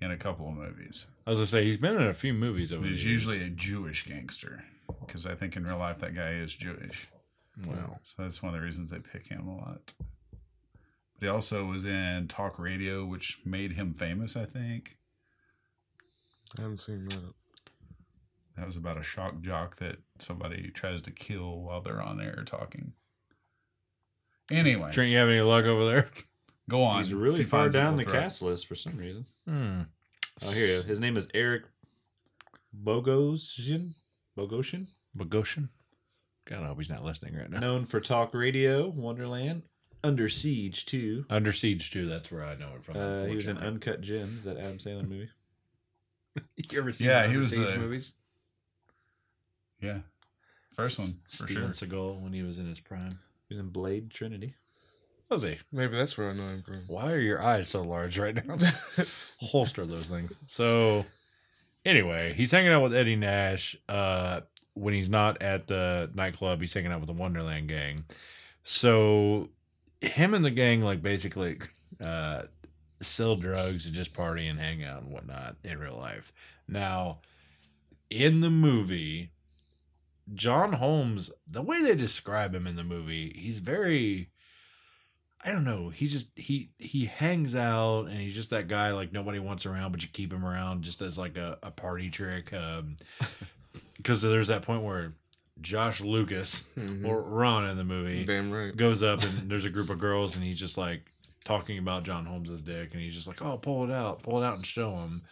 S5: in a couple of movies.
S2: I was gonna say he's been in a few movies over
S5: But
S2: the
S5: he's
S2: years.
S5: usually a Jewish gangster because I think in real life that guy is Jewish.
S2: Wow.
S5: So that's one of the reasons they pick him a lot. But he also was in talk radio, which made him famous, I think.
S4: I haven't seen that.
S5: That was about a shock jock that somebody tries to kill while they're on air talking. Anyway,
S2: Trent, you have any luck over there?
S5: go on.
S3: He's really
S5: If he
S3: far
S5: finds it,
S3: down
S5: we'll
S3: the
S5: throw it.
S3: cast list for some reason.
S2: Hmm.
S3: Oh, here you go. His name is Eric Bogosian. Bogosian?
S2: Bogosian? God, I hope he's not listening right now.
S3: Known for Talk Radio, Wonderland, Under Siege, too.
S2: Under Siege 2, that's where I know it from.
S3: Uh, he was in
S2: unfortunately.
S3: Uncut Gems, that Adam Sandler movie.
S2: you ever seen
S5: Yeah,
S2: the
S5: he
S2: Under
S5: was
S2: Siege
S5: the-
S2: movies?
S5: Yeah. First one, for
S2: Steven
S5: sure.
S2: Seagal when he was in his prime.
S3: He was in Blade Trinity.
S2: Was he?
S4: Maybe that's where I know him from.
S2: Why are your eyes so large right now? Holster those things. So Anyway, he's hanging out with Eddie Nash. Uh, when he's not at the nightclub, he's hanging out with the Wonderland gang. So him and the gang like basically uh, sell drugs and just party and hang out and whatnot in real life. Now, in the movie, John Holmes, the way they describe him in the movie, he's very I don't know, he just he he hangs out and he's just that guy like nobody wants around, but you keep him around just as like a, a party trick. Um because there's that point where Josh Lucas
S5: Hmm.
S4: Mhm.
S2: or Ron in the movie
S4: Damn right.
S2: goes up and there's a group of girls and he's just like talking about John Holmes's dick and he's just like, "Oh, pull it out, pull it out and show him,"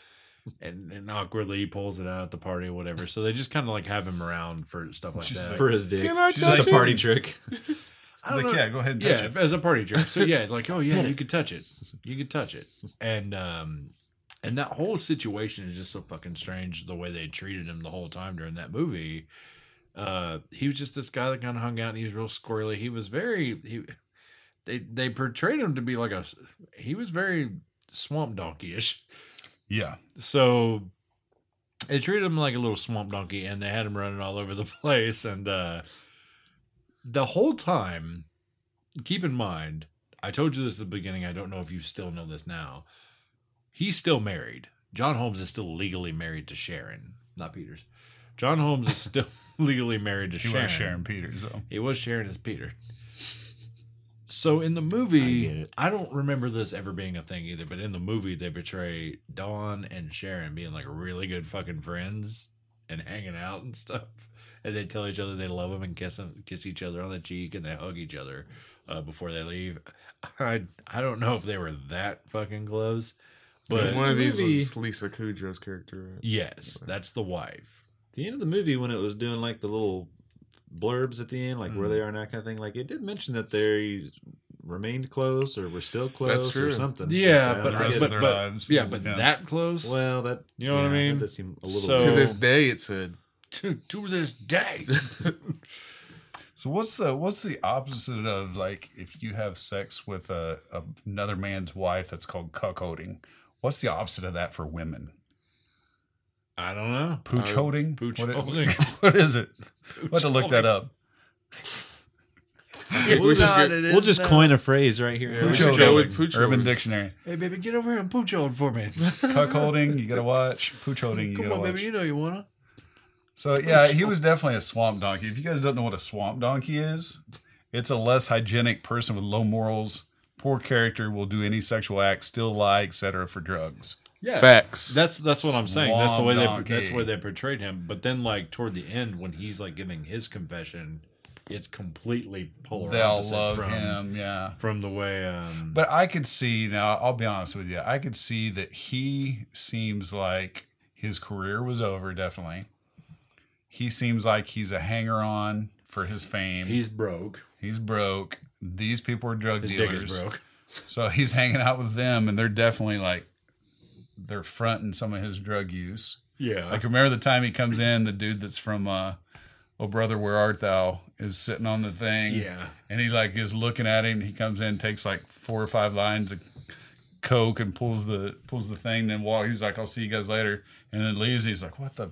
S2: and, and awkwardly he pulls it out at the party or whatever. So they just kind of like have him around for stuff like
S5: She's
S2: that.
S5: like,
S3: for his dick.
S4: Can I
S3: It's just
S4: touch
S3: a
S4: it?
S3: party trick.
S2: I
S5: He's
S2: don't know.
S5: like, yeah, go ahead and touch
S2: yeah,
S5: it.
S2: as a party trick. So yeah, like, oh yeah, you could touch it, you could touch it, and um, and that whole situation is just so fucking strange the way they treated him the whole time during that movie. Uh, he was just this guy that kind of hung out, and he was real squirrely. He was very he, they they portrayed him to be like a he was very swamp donkey ish.
S5: Yeah.
S2: So they treated him like a little swamp donkey and they had him running all over the place. And uh, the whole time, keep in mind, I told you this at the beginning. I don't know if you still know this now. He's still married. John Holmes is still legally married to Sharon, not Peters. John Holmes is still legally married to
S5: She
S2: Sharon.
S5: was Sharon Peters, though.
S2: It was Sharon as Peter. So in the movie, I, don't remember this ever being a thing either, but in the movie, they portray Dawn and Sharon being like really good fucking friends and hanging out and stuff. And they tell each other they love them and kiss, 'em- kiss each other on the cheek and they hug each other uh, before they leave. I, I don't know if they were that fucking close, but
S4: one of these
S3: Maybe-
S4: was Lisa Kudrow's character. Right?
S2: yes, that's the wife.
S3: the end of the movie when it was doing like the little blurbs at the end, like where
S2: Mm.
S3: they are and that kind of thing, like it did mention that they remained close or were still close or
S4: true.
S3: something.
S2: Yeah,
S3: I
S2: but,
S5: The
S3: don't
S5: rest
S2: but,
S5: of their
S2: but-
S5: lives.
S2: yeah, but
S5: Yeah.
S2: that close
S3: get- well, that
S2: You know what I
S3: yeah,
S2: mean?
S3: That does seem a little.
S2: So-
S4: To
S2: Oh.
S4: this day, it's a
S2: to, to this day.
S5: So what's the what's the opposite of like if you have sex with a, a- another man's wife? That's called cuckolding. What's the opposite of that for women?
S2: I don't know.
S5: Pooch
S4: Uh,
S5: holding.
S2: pooch
S5: What i-
S2: holding.
S5: what is it? We'll have to look that up.
S4: Yeah, we should
S2: Nah,
S4: get-
S2: it
S3: We'll
S2: is
S3: just
S2: now.
S3: coin a phrase right here.
S4: Yeah, we
S5: Pooch
S4: should
S5: holding.
S4: go with pooch
S5: Urban
S4: holding.
S5: Dictionary.
S2: Hey, baby, get over here and pooch on for me.
S5: Cuck holding. You gotta watch. Pooch holding. You
S2: Come
S5: gotta
S2: on,
S5: watch.
S2: baby, you know you wanna.
S5: So yeah, he was definitely a swamp donkey. If you guys don't know what a swamp donkey is, it's a less hygienic person with low morals, poor character, will do any sexual act, still lie, etc. for drugs.
S2: Yeah,
S4: Facts.
S2: that's that's what I'm saying. That's the
S5: Swamp
S2: way they
S5: donkey.
S2: that's the way they portrayed him. But then, like toward the end, when he's like giving his confession, it's completely polar
S5: They all
S2: opposite
S5: love
S2: from
S5: him, yeah.
S2: from the way. Um,
S5: But I could see now, I'll be honest with you, I could see that he seems like his career was over, definitely. He seems like he's a hanger on for his fame. He's,
S2: he's broke.
S5: broke. These people are drug
S2: His
S5: dealers.
S2: dick is broke.
S5: So he's hanging out with them, and they're definitely like they're fronting some of his drug use.
S2: Yeah,
S5: Like remember the time he comes in, the dude that's from uh, "Oh Brother, Where Art Thou" is sitting on the thing,
S2: yeah.
S5: and he like is looking at him. He comes in, takes like four or five lines of coke, and pulls the pulls the thing. Then walk. He's like, "I'll see you guys later," and then leaves. He's like, "What the." f-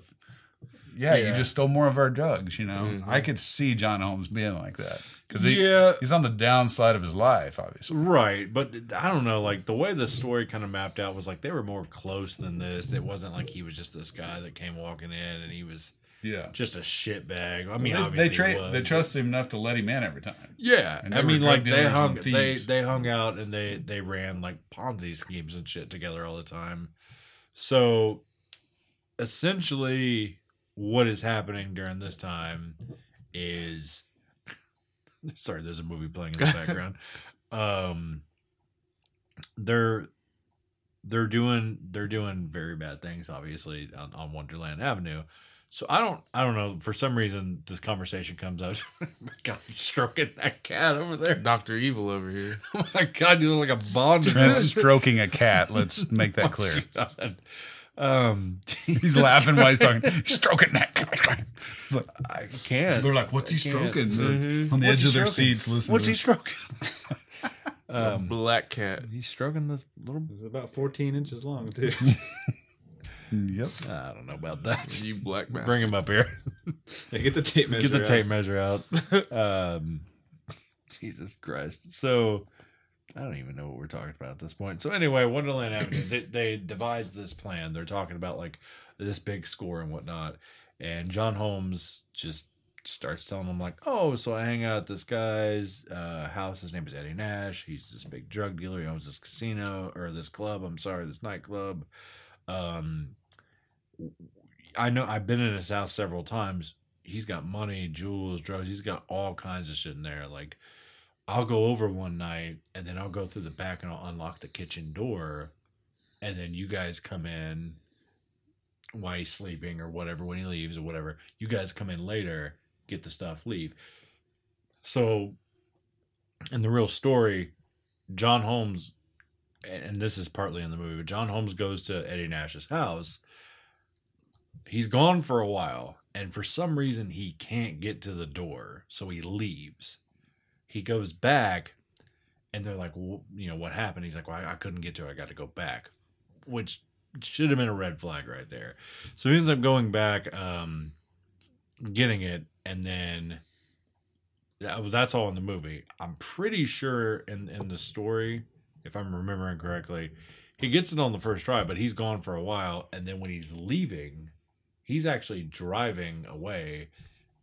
S5: Yeah, Mm-hmm.
S2: Yeah.
S5: you just stole more of our drugs, you know.
S4: Mhm.
S5: I could see John Holmes being like that because he,
S2: yeah,
S5: he's on the downside of his life, obviously.
S2: Right, but I don't know. Like the way the story kind of mapped out was like they were more close than this. It wasn't like he was just this guy that came walking in and he was
S5: Yeah,
S2: just a shitbag. I mean,
S5: Well, they,
S2: obviously
S5: they, tra-
S2: he was,
S5: they
S2: but-
S5: trust him enough to let him in every time.
S2: Yeah,
S5: And they
S2: I
S5: were
S2: mean,
S5: drug
S2: like they
S5: dealers
S2: hung,
S5: and
S2: they
S5: thieves.
S2: they hung out and they they ran like Ponzi schemes and shit together all the time. So, essentially, what is happening during this time is, sorry, there's a movie playing in the background. Um, they're they're doing they're doing very bad things, obviously, on, on Wonderland Avenue. So I don't I don't know. For some reason, this conversation comes up. my God, I'm stroking that cat over there.
S4: Dr. Evil over here.
S2: Oh my God, you look like a Bond villain.
S5: Trent's stroking a cat. Let's make that clear.
S2: God. Um,
S5: He's laughing while he's talking. He's stroking that cat. It's like-
S2: I can't.
S5: they're like, "What's he stroking?" They're on the
S2: What's
S5: edge
S2: he
S5: of their
S2: stroking?
S5: seats, listening.
S2: What's
S5: to
S2: he
S5: this.
S2: stroking? Um,
S4: Black cat.
S5: Um,
S2: he's stroking this little.
S3: It's about 14 inches long, too.
S5: Yep.
S2: I don't know about that.
S4: You black bastard.
S2: Bring him up here.
S3: Yeah, get the tape measure.
S2: Get the
S3: out.
S2: tape measure out. Um, Jesus Christ. So I don't even know what we're talking about at this point. So anyway, Wonderland Avenue, they, they devise this plan. They're talking about like this big score and whatnot. And John Holmes just starts telling them like, oh, so I hang out at this guy's uh, house. His name is Eddie Nash. He's this big drug dealer. He owns this casino or this club. I'm sorry, this nightclub. Um, I know I've been in his house several times. He's got money, jewels, drugs. He's got all kinds of shit in there. Like, I'll go over one night and then I'll go through the back and I'll unlock the kitchen door. And then you guys come in while he's sleeping or whatever, when he leaves or whatever. You guys come in later, get the stuff, leave. So, in the real story, John Holmes, and and this is partly in the movie, but John Holmes goes to Eddie Nash's house. He's gone for a while, and for some reason, he can't get to the door. So, he leaves he goes back and they're like well, you know what happened he's like well I, I couldn't get to it i got to go back which should have been a red flag right there so he ends up going back um getting it and then that- that's all in the movie i'm pretty sure in in the story if i'm remembering correctly he gets it on the first try but he's gone for a while and then when he's leaving he's actually driving away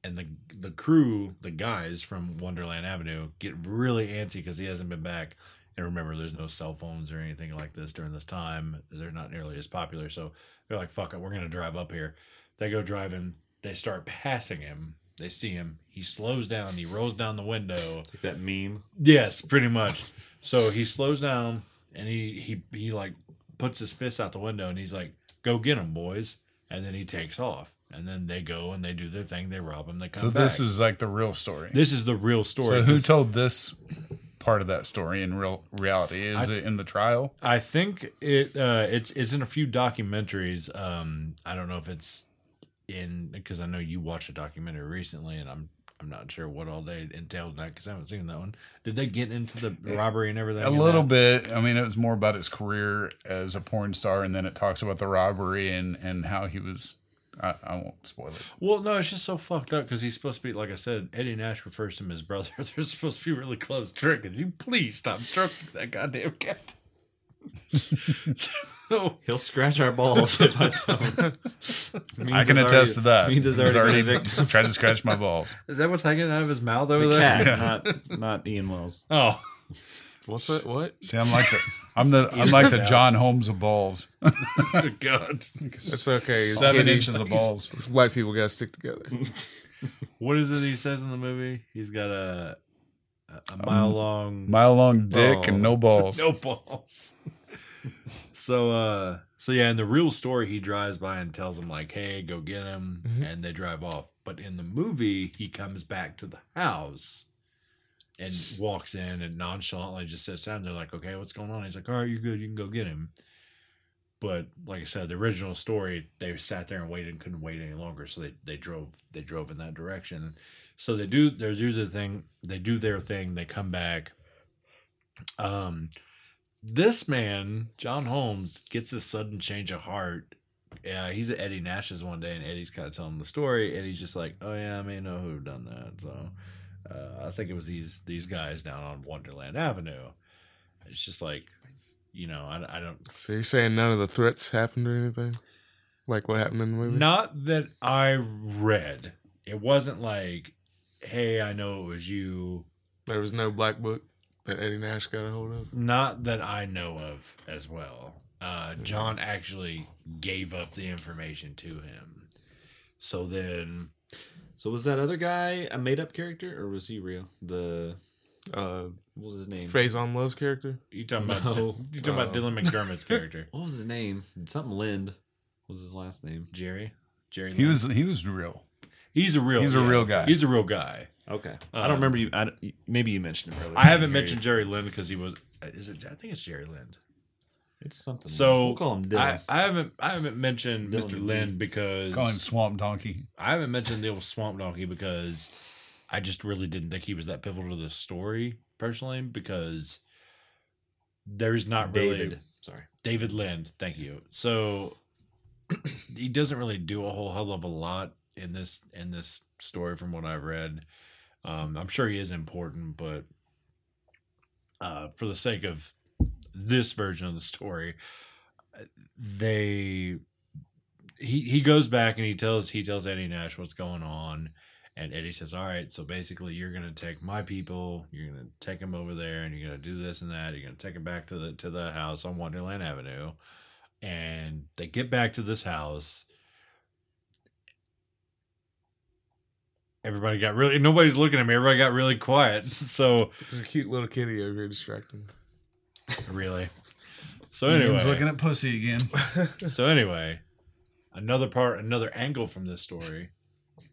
S2: and the the crew, the guys from Wonderland Avenue, get really antsy because he hasn't been back. And remember, there's no cell phones or anything like this during this time. They're not nearly as popular, so they're like, "Fuck it, we're gonna drive up here." They go driving. They start passing him. They see him. He slows down. He rolls down the window.
S3: Like that meme.
S2: Yes, pretty much. So he slows down and he he he like puts his fist out the window and he's like, "Go get him, boys!" And then he takes off. And then they go and they do their thing. They rob him. They come
S5: So
S2: back.
S5: this is like the real story.
S2: this is the real story.
S5: so who
S2: 'cause
S5: told this part of that story in real reality? Is it in the trial?
S2: I think it uh, it's it's in a few documentaries. Um, I don't know if it's in because I know you watched a documentary recently, and I'm. I'm not sure what all they entailed that because I haven't seen that one. Did they get into the robbery and everything?
S5: A
S2: in
S5: little
S2: that?
S5: bit. I mean, it was more about his career as a porn star, and then it talks about the robbery and and how he was. I, I won't spoil it.
S2: Well, no, it's just so fucked up because he's supposed to be, like I said, Eddie Nash refers to him as brother. They're supposed to be really close. Trick, could you please stop stroking that goddamn cat? so,
S3: He'll scratch our balls if I don't.
S5: I can attest to that.
S3: Means is
S5: He's
S3: already,
S5: already tried to scratch my balls.
S2: is that what's hanging out of his mouth over
S3: the
S2: there?
S3: cat,
S5: Yeah.
S3: not not Ian Wells.
S2: Oh,
S4: What's that? What?
S5: See, I'm like the I'm the I'm like the John Holmes of balls.
S2: good God.
S4: That's okay. It's
S5: Seven
S4: kitty.
S5: inches of balls.
S4: These black people gotta stick together.
S2: What is it he says in the movie? He's got a a, a
S3: Um,
S2: mile long
S5: Mile long dick and no balls.
S2: Oh. no balls. so uh so yeah, in the real story he drives by and tells him like, "Hey, go get him."
S4: Mhm.
S2: And they drive off. But in the movie, he comes back to the house and walks in and nonchalantly just sits down. They're like, "Okay, what's going on?" He's like, "All right, you're good. You can go get him." But like I said, the original story, they sat there and waited and couldn't wait any longer, so they they drove they drove in that direction. So they do they do the thing, they do their thing, they come back. Um this man, John Holmes, gets this sudden change of heart. Yeah, he's at Eddie Nash's one day, and Eddie's kind of telling him the story. Eddie's just like, "Oh yeah, I may know who done that." So, uh, I think it was these these guys down on Wonderland Avenue. It's just like, you know, I, I don't
S4: So you're saying none of the threats happened or anything? Like what happened in the movie?
S2: Not that I read. It wasn't like, hey, I know it was you.
S4: There was no black book that Eddie Nash got a hold of.
S2: Not that I know of as well.
S5: Mm-hmm.
S2: Uh, John actually gave up the information to him. So then,
S3: So was that other guy a made up character or was he real? The
S4: Uh,
S3: what was his name?
S4: Phase on Love's character.
S2: you talking about
S3: No.
S2: you talking about
S4: Oh.
S2: Dylan McDermott's character,
S3: What was his name? Something Lind was his last name.
S2: Jerry? Jerry.
S5: He
S2: Lynn?
S5: was he was real.
S2: He's a real.
S5: He's a
S2: yeah.
S5: real guy.
S2: He's a real guy.
S3: Okay, I
S2: Um,
S3: don't remember you. I, don't- maybe you mentioned him earlier.
S2: I haven't
S3: Jerry-
S2: mentioned Jerry Lynn because he was. uh, Is it? I think it's Jerry Lynn.
S3: It's something.
S2: So,
S3: we'll call him Dylan.
S2: I, I haven't. I haven't mentioned
S3: Dylan
S2: Mr.
S3: McGee.
S2: Lynn because
S5: Call him Swamp Donkey.
S2: I haven't mentioned the old Swamp Donkey because I just really didn't think he was that pivotal to the story personally because there's not really
S3: Sorry.
S2: David Lind. Thank you. So he doesn't really do a whole hell of a lot in this in this story from what I've read. Um, I'm sure he is important, but uh, for the sake of this version of the story, they he he goes back and he tells he tells Eddie Nash what's going on, and Eddie says, "All right, so basically you're gonna take my people, you're gonna take them over there, and you're gonna do this and that. You're gonna take them back to the to the house on Wonderland Avenue." And they get back to this house. Everybody got really nobody's looking at me. Everybody got really quiet. So
S4: There's a cute little kitty over here distracting.
S2: really. So anyway,
S5: Ian's looking at pussy again.
S2: so anyway, another part, another angle from this story.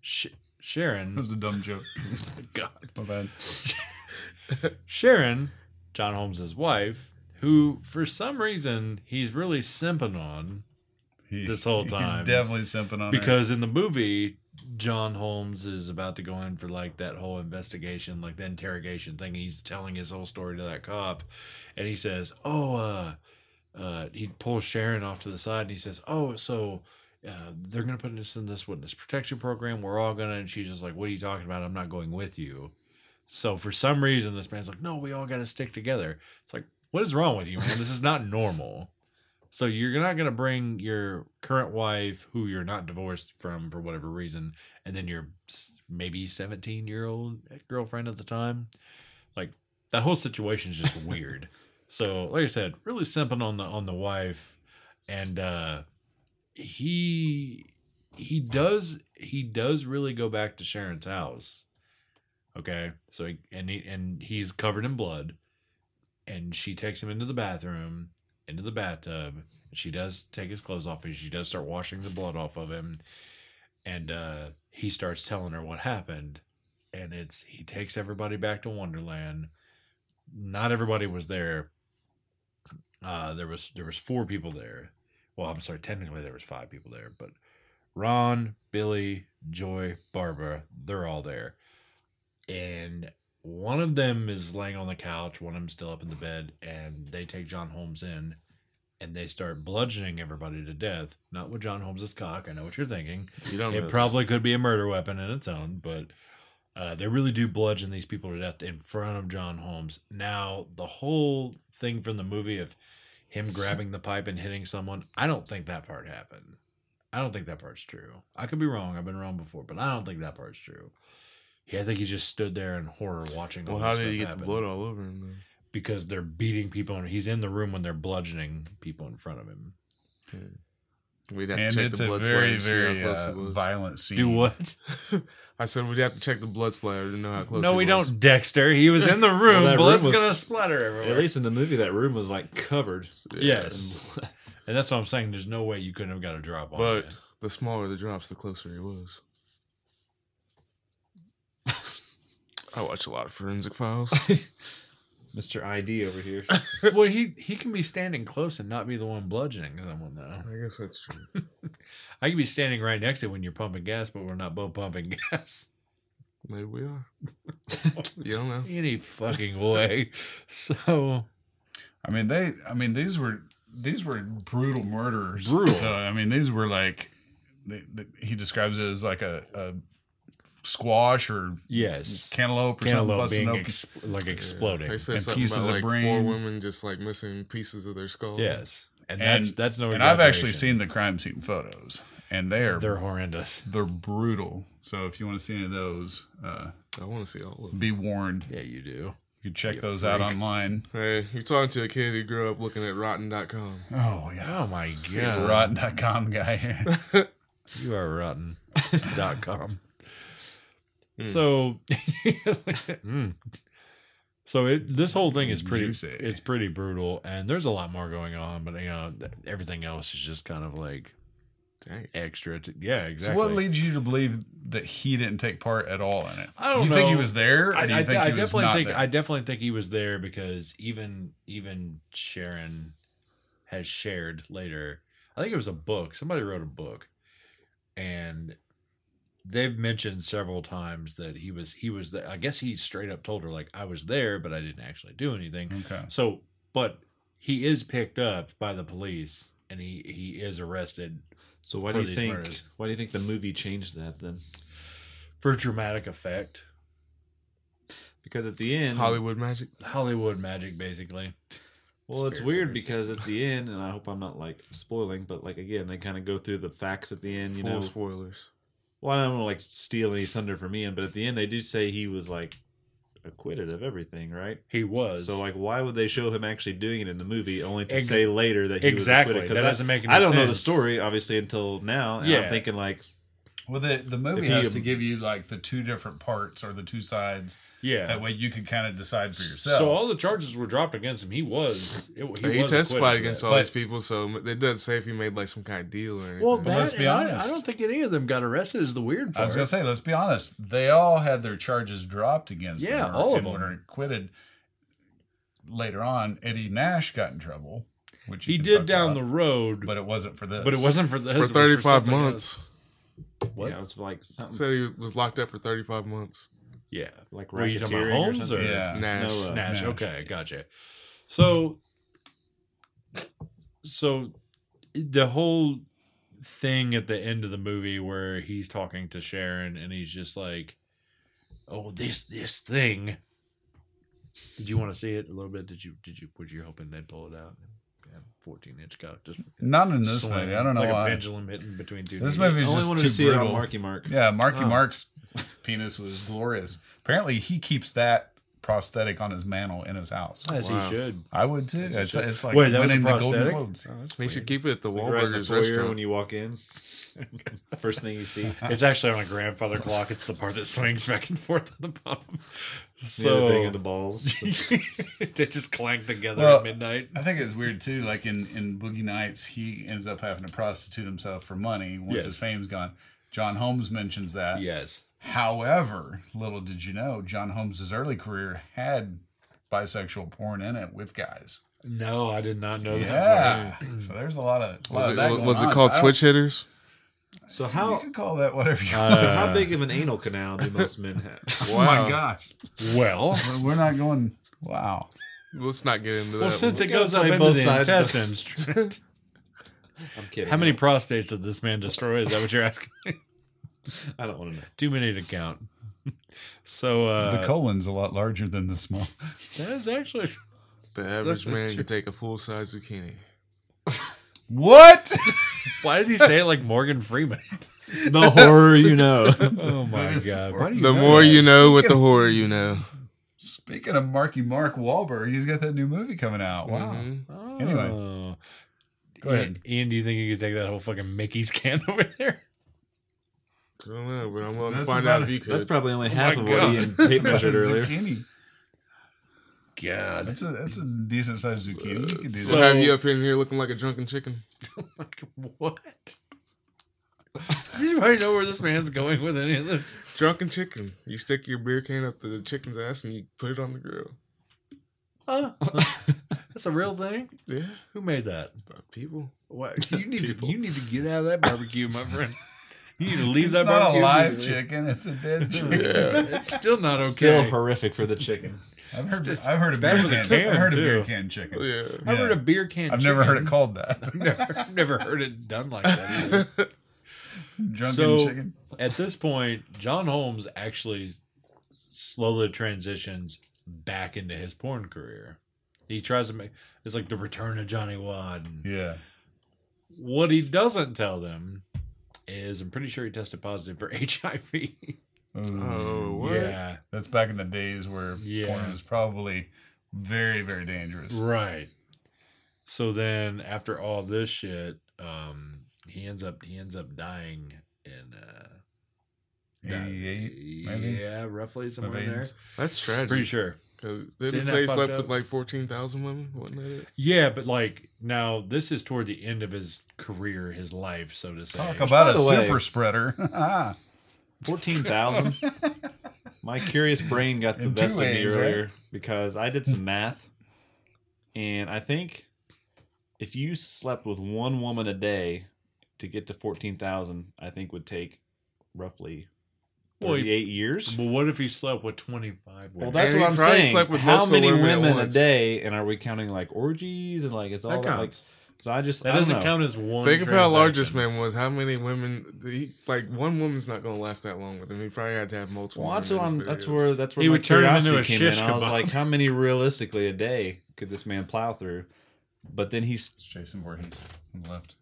S2: Sh-
S5: That
S2: Sharon,
S5: was a dumb joke.
S2: God,
S5: My bad.
S2: Sharon, John Holmes' wife, who for some reason he's really simping on
S5: He-
S2: This whole time.
S5: He's definitely simping on her.
S2: because in the movie John Holmes is about to go in for like that whole investigation, like the interrogation thing. He's telling his whole story to that cop, and he says, "Oh, uh, uh," he pulls Sharon off to the side, and he says, "Oh, so." Uh, they're gonna put us in this witness protection program. We're all gonna, and she's just like, "What are you talking about? I'm not going with you." So for some reason, this man's like, "No, we all gotta stick together." It's like, what is wrong with you, man? This is not normal. So you're not gonna bring your current wife, who you're not divorced from for whatever reason, and then your s- maybe 17 year old girlfriend at the time. Like that whole situation is just weird. So like I said, really simping on the on the wife, and uh, he he does he does really go back to Sharon's house. Okay, so he, and he, and he's covered in blood, and she takes him into the bathroom into the bathtub. And she does take his clothes off and she does start washing the blood off of him. And uh, he starts telling her what happened. And it's he takes everybody back to Wonderland. Not everybody was there. Uh, there was there was four people there. Well, I'm sorry, technically there was five people there, but Ron, Billy, Joy, Barbara, they're all there. And one of them is laying on the couch, one of them's still up in the bed, and they take John Holmes in and they start bludgeoning everybody to death. Not with John Holmes' cock, I know what you're thinking.
S4: You don't.
S2: It
S4: know.
S2: probably could be a murder weapon in its own, but uh, they really do bludgeon these people to death in front of John Holmes. Now, the whole thing from the movie of him grabbing the pipe and hitting someone, I don't think that part happened. I don't think that part's true. I could be wrong. I've been wrong before, but I don't think that part's true. Yeah, I think he just stood there in horror watching.
S4: Well,
S2: all
S4: how
S2: this
S4: did
S2: stuff
S4: he get
S2: happen
S4: the blood all over him? Though?
S2: because they're beating people and he's in the room when they're bludgeoning people in front of him.
S4: We'd have
S5: and
S4: to check
S5: it's
S4: the
S5: a
S4: blood splatter
S5: very,
S4: to
S5: very
S4: see how close
S5: uh,
S4: it was.
S5: violent scene.
S2: Do what?
S4: I said we'd have to check the blood splatter to know how close.
S2: No,
S4: it
S2: we
S4: was.
S2: don't, Dexter. He was in the room.
S3: that
S2: Blood's
S3: room was-
S2: gonna splatter everywhere.
S3: At least in the movie, that room was like covered.
S2: Yes.
S3: in
S2: And that's what I'm saying. There's no way you couldn't have got a drop on
S4: But
S2: it.
S4: the smaller the drops, the closer he was. I watch a lot of forensic files.
S3: blood. Mr. ID over here.
S2: well, he he can be standing close and not be the one bludgeoning someone though.
S4: I guess that's true.
S2: I could be standing right next to you when you're pumping gas, but we're not both pumping gas.
S4: Maybe we are. you don't know.
S2: Any fucking way. So
S5: I mean, they. I mean, these were these were brutal murders.
S2: Brutal.
S5: So, I mean, these were like they, they, he describes it as like a, a squash or
S2: yes,
S5: cantaloupe or something
S2: cantaloupe
S5: busting
S2: being
S5: open.
S2: ex- like exploding.
S4: They said
S5: And
S4: something
S5: pieces
S4: about
S5: of
S4: like four
S5: brain.
S4: women just like missing pieces of their skull.
S2: Yes, and,
S5: And-
S2: that's that's no.
S5: and I've actually
S2: exaggeration.
S5: seen the crime scene photos, and they
S2: they're
S5: are they're,
S2: horrendous.
S5: brutal. So if you want to see any of those, uh,
S4: I want to see all of them.
S5: be warned.
S2: Yeah, you do.
S5: You can check
S4: You
S5: those
S4: freak.
S5: out online.
S4: Hey, you're talking to a kid who grew up looking at rotten.com.
S5: Oh yeah,
S2: Oh my
S4: Yeah.
S2: god,
S5: rotten.com guy here.
S2: you are rotten. dot com.
S5: Hmm.
S4: Mm.
S2: So, Mm. so it this whole thing is pretty
S5: Juicy.
S2: it's pretty brutal, and there's a lot more going on, but you know th- everything else is just kind of like
S4: Dang.
S2: extra. To, yeah,
S5: So
S2: exactly.
S5: what leads you to believe that he didn't take part at all in it?
S2: I don't
S5: you think he
S2: know.
S5: was there, or
S2: I,
S5: do you
S2: I-
S5: think
S2: I
S5: he was
S2: definitely
S5: not
S2: think
S5: there?
S2: I definitely think he was there because even even Sharon has shared later. I think it was a book. Somebody wrote a book, and they've mentioned several times that he was he was. The, I guess he straight up told her like I was there, but I didn't actually do anything.
S5: Okay.
S2: So, but he is picked up by the police and he he is arrested
S3: So why
S2: For
S3: do you
S2: these
S3: think
S2: murders.
S3: why do you think the movie changed that then?
S2: for dramatic effect.
S3: Because at the end,
S4: Hollywood magic.
S2: Hollywood magic, basically.
S3: Well, it's
S2: Spirit
S3: weird
S2: fingers.
S3: because at the end, and I hope I'm not like spoiling, but like again, they kind of go through the facts at the end. You
S4: Full
S3: know,
S4: spoilers.
S3: well, I don't want to like steal any thunder from Ian, but at the end, they do say he was like acquitted of everything, right?
S2: He was
S3: So like, why would they show him actually doing it in the movie, only to
S2: Ex-
S3: say later that he
S2: exactly.
S3: was acquitted?
S2: that
S3: Because
S2: doesn't make any
S3: I, I don't know the
S2: sense.
S3: story obviously until now. And
S2: Yeah.
S3: I'm thinking like,
S5: Well, the the movie
S3: If you-
S5: has to give you like the two different parts or the two sides.
S2: Yeah.
S5: That way you can kind of decide for yourself.
S2: So all the charges were dropped against him. He was. It, he
S4: He,
S2: was
S4: testified
S2: acquitted
S4: against
S2: for
S4: all
S5: But-
S4: these people, so it doesn't say if he made like some kind of deal or
S2: that.
S4: anything.
S2: Well,
S5: Well, let's
S2: that,
S5: be
S2: and I- I,
S5: honest.
S2: don't think any of them got arrested. Is the weird
S5: I
S2: part.
S5: was gonna say, let's be honest. They all had their charges dropped against
S2: Yeah,
S5: them. or-
S2: all of
S5: and
S2: them.
S5: were acquitted. Later on, Eddie Nash got in trouble, which you
S2: he
S5: can
S2: did
S5: talk
S2: down
S5: about,
S2: the road, but,
S5: but it wasn't for this.
S2: it wasn't for this. it
S4: for
S2: was
S4: thirty-five
S2: something
S4: months,
S2: else. What?
S3: yeah, it was like something
S4: said he was locked up for thirty-five months.
S2: Yeah.
S3: like
S2: Were you talking about
S3: racketeering or
S2: Holmes
S3: something.
S2: or-
S5: Yeah,
S4: Nash.
S3: No, uh,
S2: Nash.
S5: Nash.
S2: Okay, gotcha. So, so the whole thing at the end of the movie where he's talking to Sharon and he's just like, "Oh, this this thing." Did you want to see it a little bit? Did you did you were you hoping they'd pull it out? Yeah, Fourteen inch cock, just
S5: not in this
S2: slam,
S5: movie. I don't know
S2: like
S5: why.
S2: a pendulum hitting between two.
S5: This
S2: knees.
S5: movie
S3: I
S5: is
S3: only
S5: just
S3: wanted
S5: too
S3: to see it
S5: brutal.
S3: on Marky Mark.
S5: Yeah, Marky
S2: Oh.
S5: Mark's penis was glorious. Apparently, he keeps that prosthetic on his mantle in his house.
S2: as
S4: Wow.
S2: he should.
S5: I would too. It's,
S2: shit.
S5: it's like
S2: Wait, that was a
S5: winning the Golden
S2: prosthetic?
S5: Globes.
S4: He should keep it at the
S3: Like right in the
S4: Wahlburgers
S3: foyer
S4: restaurant.
S3: when you walk in. First thing you see.
S2: It's actually on a grandfather clock. It's the part that swings back and forth on the bottom.
S3: So
S2: So
S3: the thing of the balls.
S2: they just clank together
S5: Well-
S2: at midnight.
S5: I think it's weird too. Like in in Boogie Nights, he ends up having to prostitute himself for money once
S2: Yes.
S5: his fame's gone. John Holmes mentions that.
S2: Yes.
S5: However, little did you know, John Holmes's early career had bisexual porn in it with guys.
S2: No, I did not know that.
S5: Yeah. so there's a lot of a lot
S4: was
S5: of that
S4: it,
S5: going
S4: was it
S5: on.
S4: called
S5: So I don't-
S4: switch hitters?
S3: so
S5: You
S3: how
S5: could call that whatever you
S2: Uh,
S5: want.
S3: so how big of an anal canal do most men have?
S5: Oh my gosh.
S2: Well,
S5: Well, We're not going. Wow.
S4: Let's not get into that.
S2: well, since
S4: one.
S2: it goes up
S3: Play
S2: into
S3: both
S2: the
S3: sides of the-
S2: intestines,
S3: I'm kidding.
S2: how many prostates did this man destroy? Is that what you're asking?
S3: I don't want to know.
S2: Too many to count. So uh,
S5: the colon's a lot larger than the small.
S2: that is actually
S4: the average
S2: such a
S4: man
S2: true-
S4: can take a full size zucchini.
S5: What?
S2: why did he say it like Morgan Freeman?
S3: The horror you know.
S2: Oh my god! Why do you
S4: The more you know, with the
S5: Speaking-
S4: horror you know.
S5: Speaking of Marky Mark Wahlberg, he's got that new movie coming out. Wow.
S2: Mm-hmm.
S4: Mhm.
S5: Anyway.
S2: Oh.
S5: Go ahead.
S2: Ian, Ian, do you think you could take that whole fucking Mickey's can over there?
S4: I don't know, but I'm willing to
S5: That's
S4: find
S5: about
S4: out if you
S3: That's
S4: could.
S3: probably only
S2: Oh
S3: half
S2: my
S3: of
S2: God.
S3: what Ian tape
S5: That's
S3: measured
S5: a
S3: earlier.
S5: Zucchini.
S2: God.
S5: That's a that's a decent sized zucchini. You can do
S2: So-
S4: We'll
S5: that.
S4: have you up in here looking like a drunken chicken.
S2: Like, what? Does anybody know where this man's going with any of this?
S4: Drunken chicken. You stick your beer can up to the chicken's ass and you put it on the grill.
S2: Huh? That's a real thing.
S4: Yeah,
S2: Who made that?
S4: but people.
S2: What? You need to,
S4: People.
S2: you need to get out of that barbecue, my friend. You need to leave
S5: It's
S2: that
S5: not a
S2: barbecue.
S5: live chicken. It's a dead chicken.
S2: It's still not okay.
S3: Still horrific for the chicken.
S5: I've
S2: It's
S5: heard
S2: just-
S5: I've heard
S2: it's
S5: of
S2: bad for the
S5: beer can.
S2: can,
S5: I've heard
S2: too.
S5: of beer can chicken.
S4: Oh, Yeah.
S2: I've heard
S5: Yeah.
S2: a beer can.
S5: I've never heard it
S2: chicken.
S5: called that.
S2: Never, never heard it done like that. Either.
S5: Drunken
S2: So-
S5: chicken.
S2: At this point, John Holmes actually slowly transitions back into his porn career. He tries to make it's like the return of Johnny Wad. and-
S5: Yeah.
S2: What he doesn't tell them is I'm pretty sure he tested positive for HIV.
S5: Ooh.
S4: Oh, what?
S2: Yeah.
S5: That's back in the days where
S2: Yeah.
S5: porn was probably very very dangerous.
S2: Right. So then after all this shit, um he ends up he ends up dying in uh that-
S5: 88, maybe?
S2: yeah, roughly somewhere in there.
S5: AIDS.
S4: That's tragic.
S2: Pretty sure.
S4: Because
S2: Didn't
S4: didn't
S2: that
S4: say he
S2: fucked
S4: slept
S2: up?
S4: with like 14,000 women? Wasn't that it?
S2: Yeah, but like now this is toward the end of his career, his life, so to say.
S5: Talk about
S3: By
S5: a
S3: the way-
S5: super spreader. Ah,
S3: Fourteen thousand. My curious brain got the
S5: In two
S3: best of me
S5: ways, right?
S3: earlier because I did some math, and I think if you slept with one woman a day to get to fourteen thousand, I think would take roughly
S2: Well, you-
S3: thirty-eight years.
S2: well, what if he slept with twenty five
S3: Well,
S2: women?
S3: that's
S4: And
S3: what
S4: he
S3: I'm
S4: probably
S3: saying.
S4: slept with
S3: How
S4: multiple
S3: many
S4: women at
S3: women a
S4: once.
S3: day, and are we counting like orgies and like it's all
S2: that
S3: that? Like,
S2: counts.
S3: So I just
S2: That
S3: I don't
S2: doesn't
S3: know.
S2: count as one.
S4: Think of how large this
S2: transaction.
S4: man was. How many women? He, like one woman's not gonna last that long with him. He probably had to have multiple.
S3: Well,
S4: women
S3: that's what
S4: in
S3: I'm,
S4: his
S3: that's
S4: videos.
S3: where that's where
S2: He
S3: my
S2: would turn him into
S3: curiosity
S2: a
S3: came
S2: shish
S3: in. I was
S2: kebab.
S3: like, how many realistically a day could this man plow through? But then he's
S5: It's Jason Voorhees on the left.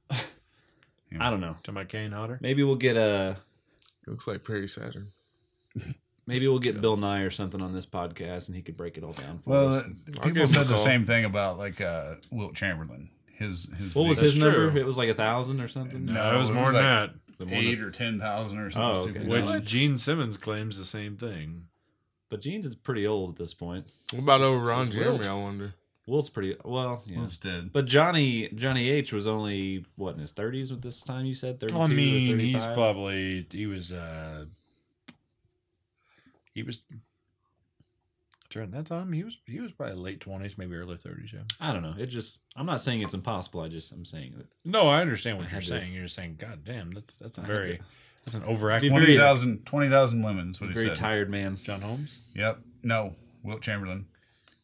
S3: I don't know.
S2: To my cane otter.
S3: Maybe we'll get a
S4: looks like Perry Saturn.
S3: maybe we'll get Bill Nye or something on this podcast, and he could break it all down for
S5: Well,
S3: us.
S5: uh,
S4: give him
S5: people said
S4: a
S5: the
S4: call.
S5: same thing about like uh, Wilt Chamberlain. His his
S3: What was
S5: big-
S3: his number?
S2: true.
S3: It was like a thousand or something.
S5: No,
S2: No, it was
S5: it
S2: more
S5: was
S2: than
S5: like-
S3: The one
S5: eight
S3: that-
S5: or ten thousand or something
S3: Oh,
S5: stupid.
S2: that.
S3: okay.
S5: like
S2: Which
S5: that.
S2: Gene Simmons claims the same thing.
S3: but Gene's is pretty old at this point.
S4: What about over
S3: It's-
S4: Ron
S3: it's Wilt.
S4: Jeremy? I wonder.
S3: Will's pretty well. Yeah.
S5: Wilt's dead.
S3: But Johnny Johnny H was only what in his thirties at this time. You said thirty-two.
S2: I mean,
S3: or
S2: he's
S3: 35?
S2: probably he was uh he was during that time he was he was probably late twenties, maybe early thirties. Yeah.
S3: I don't know. It just I'm not saying it's impossible. I just I'm saying that
S2: No, I understand
S3: I
S2: what you're
S3: had to-
S2: saying. You're saying, God damn, that's that's a
S3: I had
S2: very
S3: to-
S2: that's an overacting.
S3: Dude,
S5: Twenty thousand, twenty thousand women is what he
S3: very
S5: said.
S3: tired man.
S2: John Holmes.
S5: Yep. No, Wilt Chamberlain.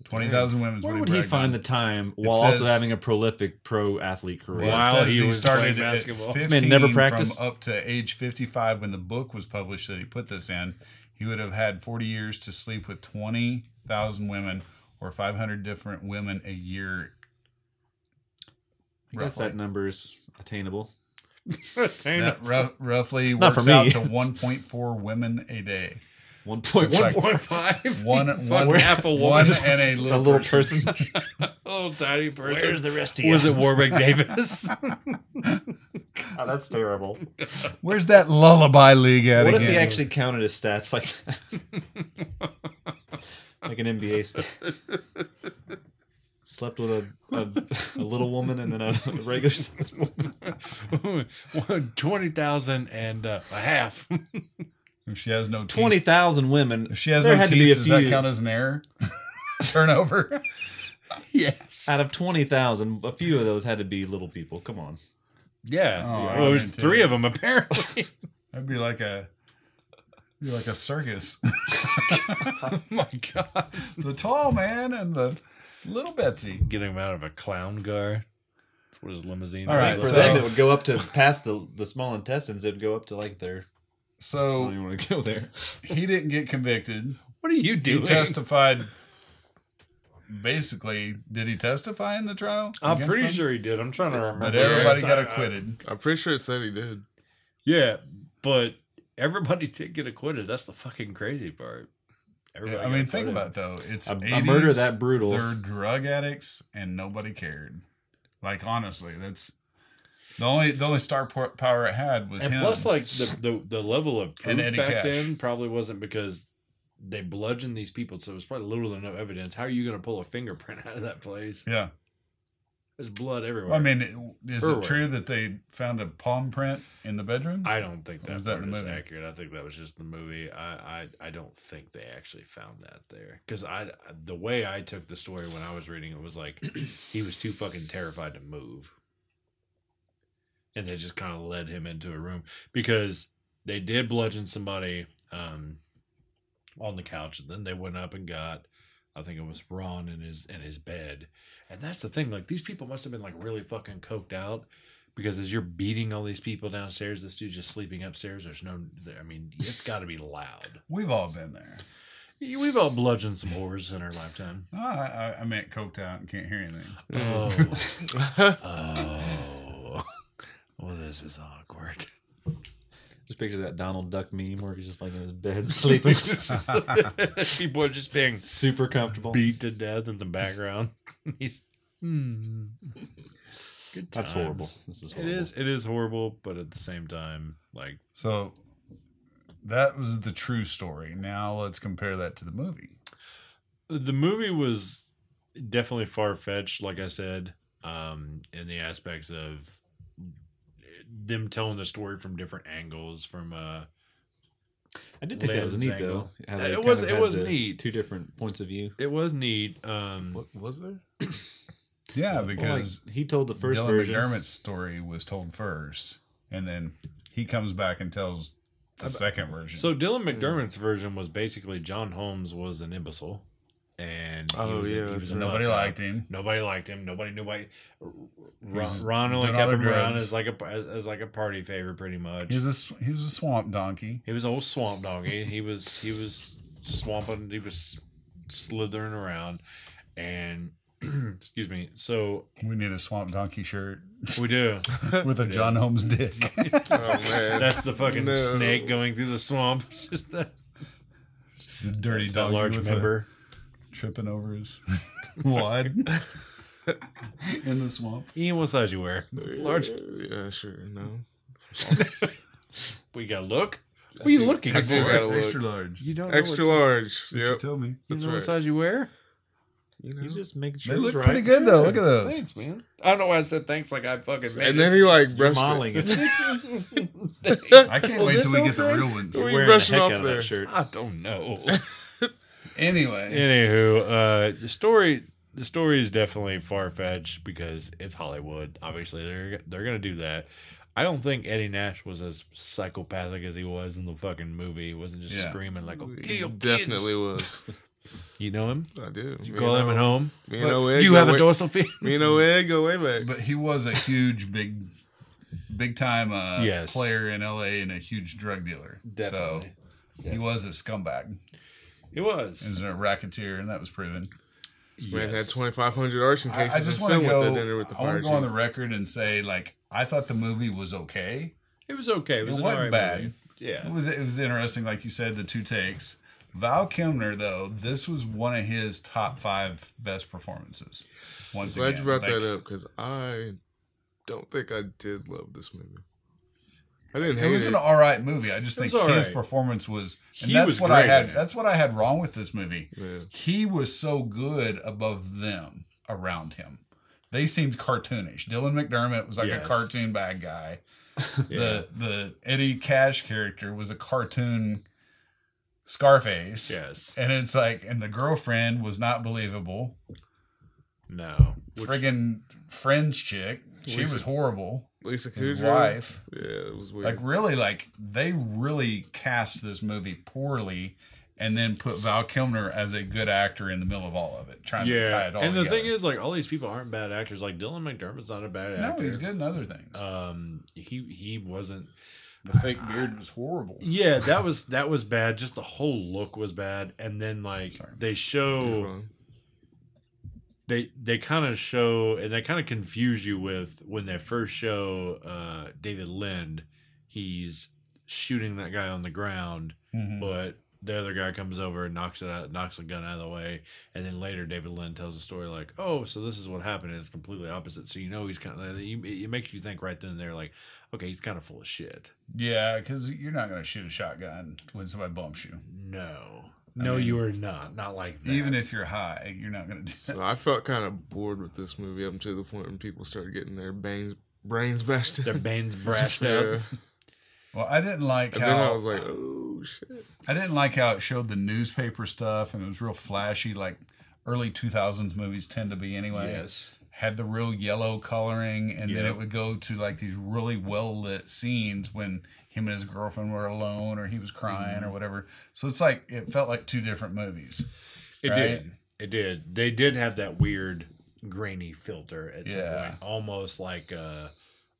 S5: Twenty thousand women. is
S3: Where
S5: what
S3: would he
S5: bragged
S3: find
S5: on.
S3: the time while
S5: says-
S3: also having a prolific pro athlete career?
S5: Well, it
S2: Wow. while
S5: says
S2: he was playing
S5: at
S2: basketball. This
S3: man
S5: 15
S3: never practiced?
S5: From up to age 55 when the book was published that he put this in, he would have had 40 years to sleep with 20,000 women or 500 different women a year.
S3: I guess
S5: roughly.
S3: that number is attainable.
S5: That rou- roughly
S3: Not for
S5: works out
S3: me.
S5: to 1.4 women a day.
S3: One point
S5: It's
S3: one
S5: like
S2: Point five.
S5: One, one,
S2: half a
S5: one
S2: woman.
S5: and
S3: a
S5: a little,
S3: little
S5: person.
S3: person.
S2: little tiny person.
S3: the rest
S2: was it Warwick Davis?
S3: Oh, that's terrible.
S5: Where's that lullaby league at
S3: What if
S5: again?
S3: he actually counted his stats like that? like an NBA stat? Slept with a, a, a little woman and then a regular sized woman.
S2: Twenty thousand and uh, a half.
S5: if she has no teeth,
S3: Twenty thousand women.
S5: if she has
S3: there
S5: no
S3: had to be a
S5: teeth, does that
S3: few-
S5: count as an error? Turnover?
S2: yes.
S3: Out of twenty thousand, a few of those had to be little people. Come on.
S2: Yeah.
S5: Oh, I
S2: well, there's
S5: meant to.
S2: three of them apparently.
S5: That'd be like a, be like a circus.
S2: oh my god.
S5: the tall man and the little Betsy.
S2: Getting him out of a clown car. That's what his limousine.
S5: All right,
S3: For
S2: was.
S5: so-
S3: them, it would go up to past the, the small intestines. It'd go up to like their. I
S2: Oh,
S3: don't
S5: So
S3: even want to go there.
S5: he didn't get convicted.
S2: what are you
S5: He
S2: doing?
S5: testified. Basically, did he testify in the trial?
S2: I'm
S5: against
S2: pretty
S5: them?
S2: sure he did. I'm trying to remember.
S5: But
S4: Yeah,
S5: everybody
S2: Yes,
S5: got
S2: I- uh,
S5: acquitted.
S4: I'm pretty sure it said he did.
S2: Yeah, but everybody did get acquitted. That's the fucking crazy part. Everybody
S5: I
S2: got
S5: mean, think
S2: acquitted.
S5: about it, though. It's
S3: A, a
S5: 80s,
S3: murder that brutal.
S5: They're drug addicts, and nobody cared. Like honestly, that's the only the only star po- power it had was
S2: And
S5: him.
S2: plus, like the, the the level of proof
S5: And
S2: back
S5: Eddie Cash.
S2: then probably wasn't because they bludgeoned these people, so it was probably little to no evidence. How are you going to pull a fingerprint out of that place?
S5: yeah.
S2: There's blood everywhere.
S5: Well, I mean, is
S2: Her way.
S5: it true that they found a palm print in the bedroom?
S2: I don't think that,
S5: Was that
S2: part
S5: in the
S2: is
S5: movie?
S2: accurate. I think that was just the movie. I I, I don't think they actually found that there because I the way I took the story when I was reading it was like he was too fucking terrified to move, and they just kind of led him into a room because they did bludgeon somebody um, on the couch, and then they went up and got. I think it was Ron in his in his bed, and that's the thing. Like these people must have been like really fucking coked out because as you're beating all these people downstairs, this dude's just sleeping upstairs. There's no, I mean, it's got to be loud.
S5: We've all been there.
S2: We've all bludgeoned some whores in our lifetime.
S5: Oh, I, I, I meant coked out and can't hear anything.
S2: Oh,
S3: Mm-hmm.
S4: I
S2: oh, well, this is awkward.
S3: Just picture that Donald Duck meme where he's just like in his bed sleeping,
S2: people are just being
S3: super comfortable.
S2: beat to death in the background. He's, hmm. Good
S3: That's horrible.
S2: times.
S3: This is
S2: It
S3: horrible.
S2: is. It is horrible, but at the same time, like
S5: So that was the true story. Now let's compare that to the movie.
S2: the movie was definitely far fetched, like I said, um, in the aspects of them telling the story from different angles. From uh,
S3: I did think that was neat
S2: Lens angle.
S3: though. how they
S2: It
S3: kind
S2: was-
S3: of
S2: it
S3: had
S2: was
S3: the
S2: neat.
S3: Two different points of view.
S2: it was neat. Um,
S4: was there?
S5: Yeah,
S3: Well, like,
S5: because
S3: he told the first
S5: Dylan
S3: version.
S5: McDermott's story was told first, and then he comes back and tells the second version.
S2: so Dylan McDermott's version was basically John Holmes was an imbecile, and and he
S4: Oh,
S2: was-
S4: yeah,
S2: he
S4: that's
S2: was a
S4: right.
S5: Nobody
S2: fuck up.
S5: liked him.
S2: Nobody liked him. Nobody knew why. Ron,
S5: was
S2: Ron
S5: doing
S2: kept
S5: other
S2: him around
S5: drugs.
S2: as like a as, as like a party favor, pretty much.
S5: He was a sw- he was a swamp donkey.
S2: He was an old swamp doggy. He was he was swamping. He was slithering around, and excuse me. So
S5: We need a swamp donkey shirt
S2: we do.
S5: with a John Holmes dick.
S4: Oh man,
S2: That's the fucking
S4: No.
S2: snake going through the swamp. It's just that,
S5: the dirty
S2: that
S5: dog
S2: large member.
S5: tripping over his wad in the swamp.
S2: Ian, what size you wear? Large.
S4: Yeah, sure. No,
S2: We got look. What are you
S4: do-
S2: looking
S4: I do
S2: for?
S4: gotta look.
S5: extra large.
S2: You don't know
S4: extra
S2: what-
S4: large.
S5: What you
S4: Yep.
S5: tell me.
S2: You
S4: That's
S2: know what
S4: right.
S2: size you wear?
S4: You know?
S3: You just make sure
S5: They look
S3: it's right.
S5: pretty good though. Look at those.
S2: Thanks, man. I don't know why I said thanks like I fucking. made
S4: Oh. and
S2: it.
S4: then he like brushed
S3: modeling
S4: it.
S3: it.
S5: I can't
S2: Well,
S5: wait
S2: this
S5: till we
S2: whole
S5: get the
S2: thing-
S5: real ones.
S4: We
S3: Wearing the
S4: brushing
S3: heck
S4: off
S3: out of that
S4: there.
S3: shirt.
S2: I don't know.
S5: Anyway,
S2: Anywho, uh, the story the story is definitely far fetched because it's Hollywood. Obviously, they're they're gonna do that. I don't think Eddie Nash was as psychopathic as he was in the fucking movie. He wasn't just
S5: Yeah.
S2: screaming like, "I'll
S4: He
S2: kill kids."
S4: definitely was.
S2: You know him?
S4: I do.
S2: Did you
S4: Me
S2: call
S4: and
S2: him
S4: O-
S2: at home?
S4: Me and Oeg
S2: do you
S4: go
S2: have a
S4: way-
S2: dorsal fin?
S4: Me and Oeg go way back.
S5: but he was a huge, big, big time uh,
S2: Yes.
S5: player in L.A. and a huge drug dealer. So he was a scumbag.
S2: It
S5: He
S2: was.
S5: was a racketeer, and that was proven.
S4: Man had
S2: Yes.
S4: 2,500 arson
S5: I,
S4: cases
S5: I just
S4: and
S5: want
S4: still
S5: to
S4: went
S5: go.
S4: to dinner with the
S5: I want
S4: fire
S5: to
S4: chief.
S5: go on the record and say, like, I thought the movie was okay.
S2: It was okay. It was
S5: It
S2: an
S5: wasn't
S2: alright
S5: bad.
S2: movie.
S5: It
S2: Yeah.
S5: was it was interesting, like you said, the two takes. Val Kilmer, though, this was one of his top five best performances. Once
S4: Glad
S5: again,
S4: you brought
S5: Like,
S4: that up because I don't think I did love this movie. I didn't
S5: It
S4: hate
S5: was
S4: it.
S5: an all right movie. I just
S2: It was
S5: think
S2: all
S5: his
S2: right.
S5: performance was, and
S2: He
S5: that's
S2: was
S5: what
S2: great
S5: I
S2: in
S5: had.
S2: it.
S5: That's what I had wrong with this movie.
S4: Yeah.
S5: He was so good above them around him. They seemed cartoonish. Dylan McDermott was like
S2: Yes.
S5: a cartoon bad guy.
S2: Yeah.
S5: The the Eddie Cash character was a cartoon Scarface.
S2: Yes.
S5: And it's like, and the girlfriend was not believable.
S2: No. Which-
S5: Friggin' friend's chick. She
S4: Lisa-
S5: was horrible.
S4: Lisa Kudrow.
S5: His wife.
S4: Yeah, it was weird.
S5: Like really, like they really cast this movie poorly and then put Val Kilmer as a good actor in the middle of all of it, trying to tie
S2: yeah.
S5: it all
S2: and the
S5: together.
S2: thing is, like, all these people aren't bad actors. Like Dylan McDermott's not a bad actor.
S5: no, he's good in other things.
S2: Um, he he wasn't.
S5: the fake beard was horrible.
S2: Yeah, that was that was bad. Just the whole look was bad. And then like
S5: Sorry.
S2: they
S4: You're
S2: show
S4: fine.
S2: they they kind of show and they kind of confuse you with when they first show uh David Lind, he's shooting that guy on the ground,
S5: Mhm.
S2: but the other guy comes over and knocks it out, knocks the gun out of the way, and then later David Lynn tells a story like, "Oh, so this is what happened." And it's completely opposite, so you know he's kind of. It makes you think right then and there, like, okay, he's kind of full of shit.
S5: Yeah, because you're not going to shoot a shotgun when somebody bumps you.
S2: No.
S5: I
S2: No,
S5: mean,
S2: you are not. Not like that.
S5: Even if you're high, you're not going to do that.
S4: So I felt kind of bored with this movie up to the point when people started getting their bangs, brains bashed
S2: their
S4: in.
S2: veins brashed
S4: yeah.
S2: out.
S5: Well, I didn't like
S4: And
S5: how
S4: then I was like, oh, shit.
S5: I didn't like how it showed the newspaper stuff and it was real flashy, like early 2000s movies tend to be anyway.
S2: Yes.
S5: Had the real yellow coloring, and then
S2: Yeah.
S5: it would go to like these really well lit scenes when him and his girlfriend were alone or he was crying
S2: Mm-hmm.
S5: or whatever. So it's like, it felt like two different movies.
S2: It
S5: Right?
S2: did. It did. They did have that weird grainy filter at some
S5: Yeah.
S2: point. Almost like uh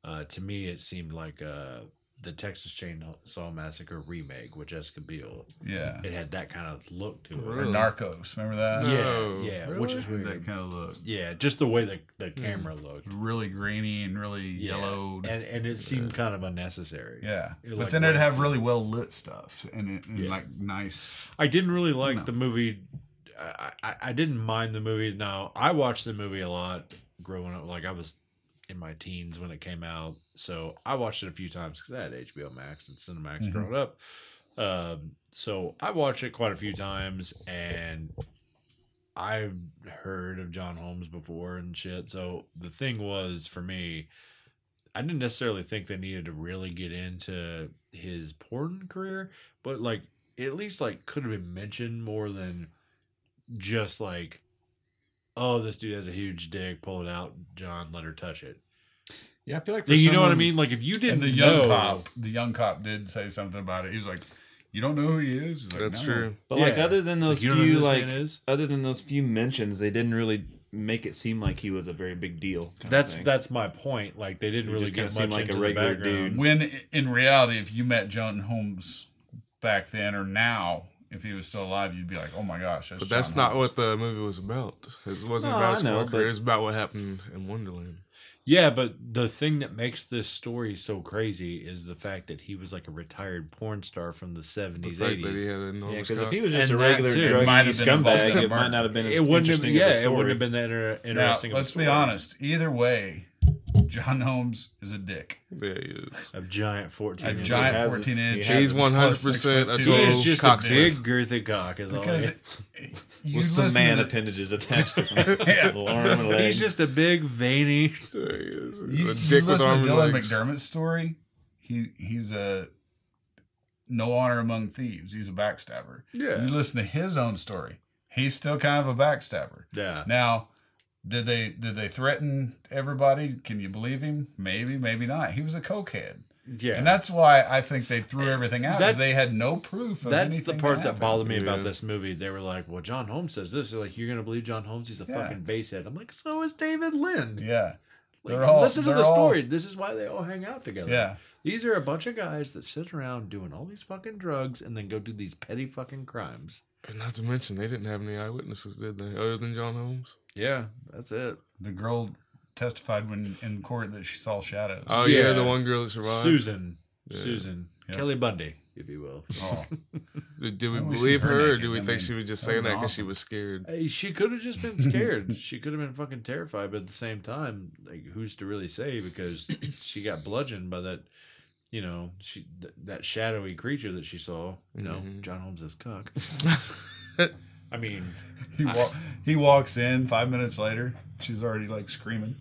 S2: uh to me it seemed like uh the Texas Chainsaw Massacre remake with Jessica Biel.
S5: Yeah.
S2: It had that kind of look to it.
S5: Or
S4: Really?
S5: Narcos, remember that?
S2: Yeah,
S4: No.
S2: yeah, which is
S5: Had
S2: weird.
S5: That kind of look.
S2: Yeah, just the way the, the camera looked.
S5: Really grainy and really
S2: Yeah.
S5: yellowed.
S2: And and it seemed kind of unnecessary.
S5: yeah.
S2: You're
S5: but
S2: like
S5: then it'd have
S2: wasted.
S5: really well lit stuff and, it, and
S2: Yeah.
S5: like nice.
S2: I didn't really like
S5: No.
S2: the movie. I, I I didn't mind the movie. No, I watched the movie a lot growing up. Like I was in my teens when it came out, so I watched it a few times because I had HBO Max and Cinemax
S5: Mhm.
S2: growing up. Um, so I watched it quite a few times, and I've heard of John Holmes before and shit. So the thing was for me, I didn't necessarily think they needed to really get into his porn career, but like at least like could have been mentioned more than just like, oh, this dude has a huge dick, pull it out, John, let her touch it.
S3: Yeah, I feel like for
S2: you know what I
S3: someone-
S2: mean? Like if you didn't
S5: and the young
S2: know,
S5: cop, the young cop did say something about it. He was like, You don't know who he is. It's like,
S4: That's
S5: no.
S4: true.
S3: But like
S2: Yeah.
S3: other than
S2: It's
S3: those
S2: like, you don't know who
S3: few
S2: this man
S3: like
S2: is?
S3: other than those few mentions, they didn't really make it seem like he was a very big deal. kind of
S2: That's
S3: thing.
S2: that's my point. Like they didn't
S3: He
S2: really
S3: just kinda
S2: get
S3: seemed
S2: much
S3: like a
S2: into the
S3: regular
S2: background.
S3: dude.
S5: When i- in reality, if you met John Holmes back then or now, if he was still alive, you'd be like, oh my gosh. That's
S4: But that's
S5: John
S4: not
S5: Holmes.
S4: what the movie was about. It wasn't
S3: No, I
S4: about his
S3: know,
S4: work
S3: but-
S4: career. It's about what happened in Wonderland.
S2: Yeah, but the thing that makes this story so crazy is the fact that he was like a retired porn star from the
S4: The
S2: seventies,
S4: fact that he
S2: eighties.
S4: had an
S3: yeah,
S4: enormous
S3: because if
S4: cock.
S3: he was just
S2: And
S3: a
S2: that
S3: regular
S2: too. It
S3: drug
S5: might
S3: you
S5: have been involved
S3: scumbag,
S5: in
S3: it might
S5: murder.
S3: not have been as
S2: It wouldn't have,
S3: interesting of a
S2: yeah, it wouldn't have
S3: story.
S2: been that inter-
S5: Now,
S2: interesting. of a
S5: let's be
S2: story.
S5: honest. Either way, John Holmes is a dick.
S4: yeah, he is.
S2: A giant fourteen.
S5: A
S2: inch.
S3: He
S5: giant
S3: has-
S5: 14
S3: he
S5: inch.
S3: has
S4: He's
S5: plus
S4: 100% a
S5: six foot two
S2: He
S4: total
S2: is
S5: inch.
S2: just
S4: cocksmith.
S2: a big girthy cock. Is all.
S5: Because
S2: he-
S5: it, you
S3: with some
S5: listen to
S3: man
S5: the-
S3: appendages attached to him. Little arm and leg.
S2: He's just a big veiny.
S4: There he is.
S5: You,
S4: a
S5: you
S4: dick with
S5: listen
S4: arm
S5: to
S4: and
S5: Dylan
S4: legs.
S5: McDermott's story. He he's a no honor among thieves. He's a backstabber.
S4: Yeah.
S5: You listen to his own story. He's still kind of a backstabber.
S2: Yeah.
S5: Now, did they did they threaten everybody? Can you believe him? Maybe, maybe not. He was a cokehead,
S2: Yeah.
S5: and that's why I think they
S4: Eh,
S5: threw everything out. because
S2: That's-
S5: They had no proof. Of
S2: That's the
S5: anything
S2: part that
S5: happened.
S2: bothered me
S4: Yeah.
S2: about this movie. They were like, "Well, John Holmes says this." They're like, "You're gonna believe John Holmes? He's a
S5: Yeah.
S2: fucking basehead." I'm like, "So is David Lynn."
S5: Yeah,
S2: Like,
S5: They're all-
S2: listen to
S5: they're
S2: the
S5: all-
S2: story. This is why they all hang out together.
S5: yeah.
S2: These are a bunch of guys that sit around doing all these fucking drugs and then go do these petty fucking crimes.
S4: And not to mention, they didn't have any eyewitnesses, did they? Other than John Holmes.
S2: Yeah, that's it.
S5: The girl testified when in court that she saw shadows.
S4: Oh yeah,
S2: Yeah.
S4: the one girl that survived.
S2: Susan,
S4: Yeah.
S2: Susan,
S5: Yeah.
S2: Kelly Bundy, if you will.
S5: Oh.
S4: Did, did we
S5: I've only
S4: believe
S5: seen her
S4: her, or
S5: naked.
S4: do we
S5: I
S4: think
S5: mean,
S4: she was just
S5: that
S4: saying
S5: was
S4: that because she
S5: awesome.
S4: was scared?
S2: Hey, she could have just been scared. she could have been fucking terrified, but at the same time, like, who's to really say? Because she got bludgeoned by that, you know, she th- that shadowy creature that she saw. You know,
S5: Mm-hmm.
S4: Mhm.
S2: John Holmes's cock. I mean,
S5: He, wa- he walks in five minutes later. She's already like screaming.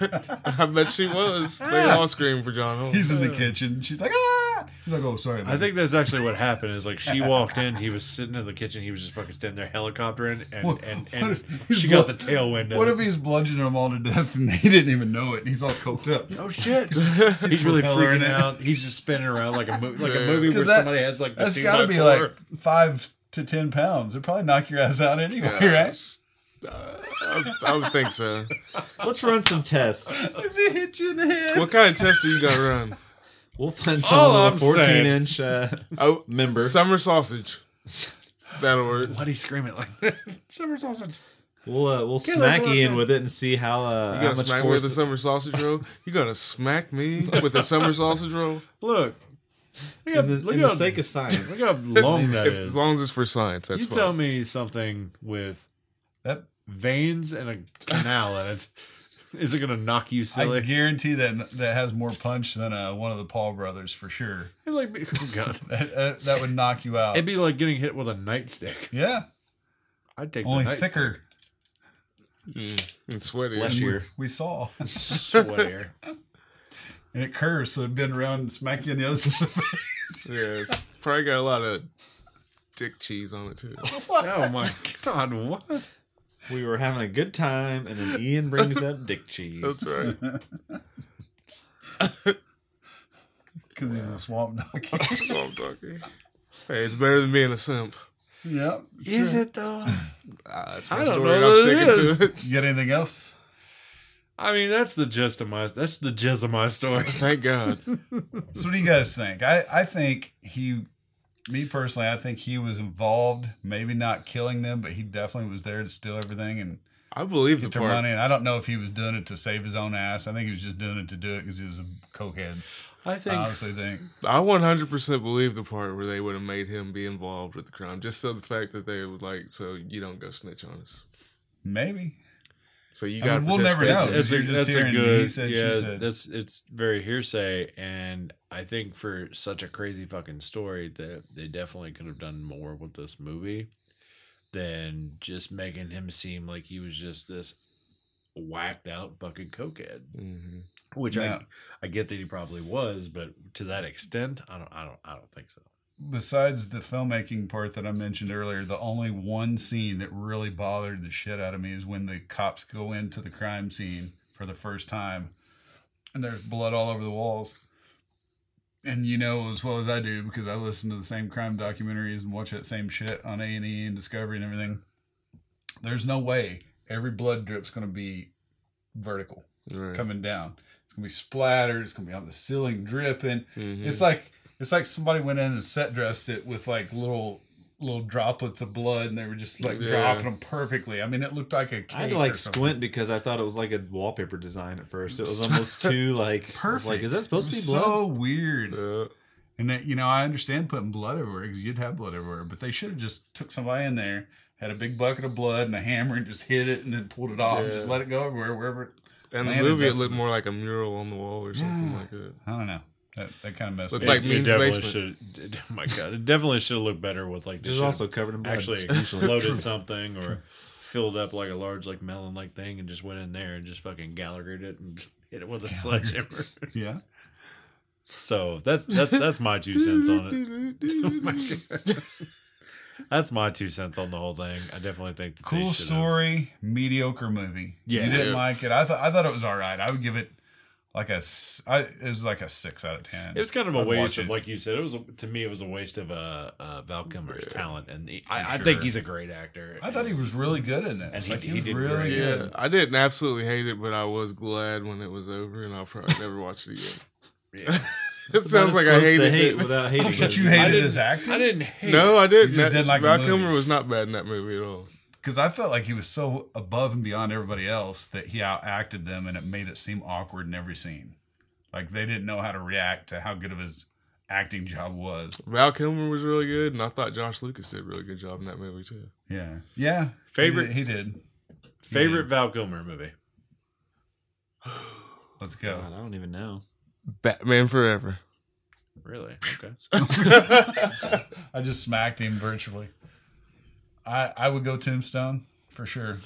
S4: I bet she was. They all screamed for John Holmes.
S5: He's in the kitchen. She's like, ah. He's like, oh, sorry.
S2: I think that's actually what happened. Is like she walked in, he was sitting in the kitchen, he was just fucking standing there helicoptering, and
S5: What-
S2: and,
S5: what
S2: and
S5: if he's
S2: she got the
S5: blo-
S2: tailwind.
S5: What
S2: of
S5: if
S2: it.
S5: he's bludgeoning them all to death and they didn't even know it? He's all coked up.
S2: Oh shit! He's really
S5: Propeller in
S2: freaking
S5: it.
S2: out. He's just spinning around like a mo- like a
S4: Yeah.
S2: movie
S5: 'Cause
S2: where
S5: that-
S2: somebody has like the
S5: That's
S2: two
S5: got to
S2: by
S5: be
S2: four.
S5: like five to ten pounds. It'd probably knock your ass out anyway, right?
S4: Uh, I, I would think so.
S3: Let's run some tests.
S5: If it hit you in the head.
S4: What kind of test are you gonna run?
S3: We'll find
S2: All
S3: someone
S2: I'm
S3: with a 14
S2: saying-
S3: inch. Uh,
S4: Oh,
S3: Member.
S4: summer sausage. That'll work.
S2: Why'd he scream it like that? Summer sausage.
S3: we'll uh, we'll
S2: Kill
S3: smack
S2: it,
S3: Ian
S2: Bludgeon.
S3: with it and see how uh,
S4: You
S3: how
S4: gonna
S3: much
S4: smack me with a
S3: force.
S4: summer sausage roll? You gonna smack me with a summer sausage roll?
S2: Look. Look
S3: In the,
S2: look
S3: in the
S2: how-
S3: sake of
S2: Look
S3: science,
S2: how long that
S4: If-
S2: is.
S4: As long as it's for science, that's
S2: you
S4: fine.
S2: tell me something with
S5: That-
S2: veins and a canal in it. Is it gonna knock you
S5: I
S2: silly?
S5: guarantee that that has more punch than uh, one of the Paul brothers for sure.
S2: It'd like be- oh god.
S5: That, that, that would knock you out.
S2: It'd be like getting hit with a nightstick.
S5: yeah,
S2: I'd take
S5: only
S2: the nightstick.
S5: thicker.
S4: Mm, and sweaty.
S3: Flesh
S5: We,
S3: Sure.
S5: we saw.
S2: sweatier.
S5: And it curves, so it'd bend around and smack you in the other side of the face.
S4: Yeah, it's probably got a lot of dick cheese on it too.
S2: oh my god! What?
S3: we were having a good time, and then Ian brings up dick cheese.
S4: That's right.
S5: Because he's a swamp dog.
S4: That's what I'm talking. Hey, it's better than being a simp.
S5: yep.
S2: Is
S5: sure.
S2: it though?
S4: Ah, that's
S2: I
S4: my
S2: don't
S4: story.
S2: know
S4: I'm
S2: that it
S4: sticking to it.
S5: You got anything else?
S2: I mean, that's the gist of my. That's the gist of my story.
S4: Thank God.
S5: So what do you guys think? I, I think he me personally, I think he was involved, maybe not killing them, but he definitely was there to steal everything and
S4: I believe the
S5: get their
S4: part.
S5: money. And I don't know if he was doing it to save his own ass. I think he was just doing it to do it because he was a cokehead.
S2: I
S5: I
S2: think.
S5: honestly think.
S4: I 100% believe the part where they would have made him be involved with the crime, just so the fact that they would like, so you don't go snitch on us.
S5: Maybe.
S4: So you
S5: I
S4: got.
S5: mean, we'll never
S2: it's,
S5: know.
S2: it's a,
S5: You're just
S2: that's a
S5: hearing
S2: good.
S5: he said, she
S2: yeah,
S5: said.
S2: that's it's very hearsay, and I think for such a crazy fucking story that they definitely could have done more with this movie than just making him seem like he was just this whacked out fucking cokehead.
S4: hmm
S2: Which
S5: Now-
S2: I I get that he probably was, but to that extent, I don't I don't I don't think so.
S5: besides the filmmaking part that I mentioned earlier, the only one scene that really bothered the shit out of me is when the cops go into the crime scene for the first time and there's blood all over the walls. and you know as well as I do because I listen to the same crime documentaries and watch that same shit on A and E and Discovery and everything. There's no way every blood drip's going to be vertical
S4: Right.
S5: coming down. It's going to be splattered. It's going to be on the ceiling dripping.
S4: Mhm.
S3: Hmm.
S5: It's like it's like somebody went in and set dressed it with like little little droplets of blood, and they were just like
S4: Yeah.
S5: dropping them perfectly. I mean, it looked like a cake
S3: I had to like
S5: or something.
S3: squint because I thought it was like a wallpaper design at first. It was almost too like I was
S5: Perfect.
S3: Like, is that
S5: It
S3: supposed to be
S5: was
S3: blood?
S5: So weird.
S4: Yeah.
S5: And that, you know, I understand putting blood everywhere because you'd have blood everywhere, but they should have just took somebody in there, had a big bucket of blood and a hammer, and just hit it and then pulled it off, and just
S4: Yeah.
S5: let it go everywhere, wherever. it-
S4: And the
S5: Landed,
S4: movie, it
S5: that's-
S4: looked more like a mural on the wall or something
S5: Yeah.
S4: like that.
S5: I don't know. That, that kind of messed
S4: Looked
S5: me.
S4: like
S5: up.
S4: Mean's
S2: definitely
S4: basement.
S2: should. Oh my god, it definitely should have looked better with like
S3: It
S2: this.
S3: was also covered in blood.
S2: actually loaded something or filled up like a large like melon like thing and just went in there and just fucking Gallaghered it and just hit it with a sledgehammer.
S5: yeah.
S2: so that's that's that's my two cents on it. Oh my God. That's my two cents on the whole thing. I definitely think that they
S5: Cool
S2: should've-
S5: story, mediocre movie.
S2: Yeah.
S5: You didn't
S4: Yeah.
S5: like it. I thought I thought it was all right. I would give it like a s- I, it was like a six out of ten.
S2: It was kind of a
S5: I'd watch
S2: waste of,
S5: it.
S2: like you said, it was a, to me it was a waste of uh, uh Val Kilmer's talent, and he, I, I
S5: Sure.
S2: think he's a great actor.
S5: I thought he was really good in it.
S2: And
S5: It's
S2: he-
S5: like, he,
S2: he
S5: was
S2: did
S5: really
S2: great.
S5: good.
S4: Yeah, I didn't absolutely hate it, but I was glad when it was over, and I'll probably never watch it again.
S2: Yeah.
S4: it sounds like I hated
S3: hate
S4: it.
S3: without hating.
S5: But
S3: it.
S5: you
S2: I
S5: hated
S2: didn't-
S5: his acting.
S2: I didn't hate.
S4: no, I
S5: You
S4: didn't.
S5: just
S4: That-
S5: didn't like the
S4: Val
S5: movies.
S4: Kilmer was not bad in that movie at all.
S5: because I felt like he was so above and beyond everybody else that he outacted them, and it made it seem awkward in every scene. Like they didn't know how to react to how good of his acting job was.
S4: Val Kilmer was really good, and I thought Josh Lucas did a really good job in that movie too.
S5: Yeah, yeah.
S2: Favorite-
S5: he did. He did.
S2: Favorite Val Kilmer movie?
S5: Let's go.
S3: God, I don't even know.
S4: Batman Forever.
S2: Really? Okay.
S5: I just smacked him virtually. I I would go Tombstone for sure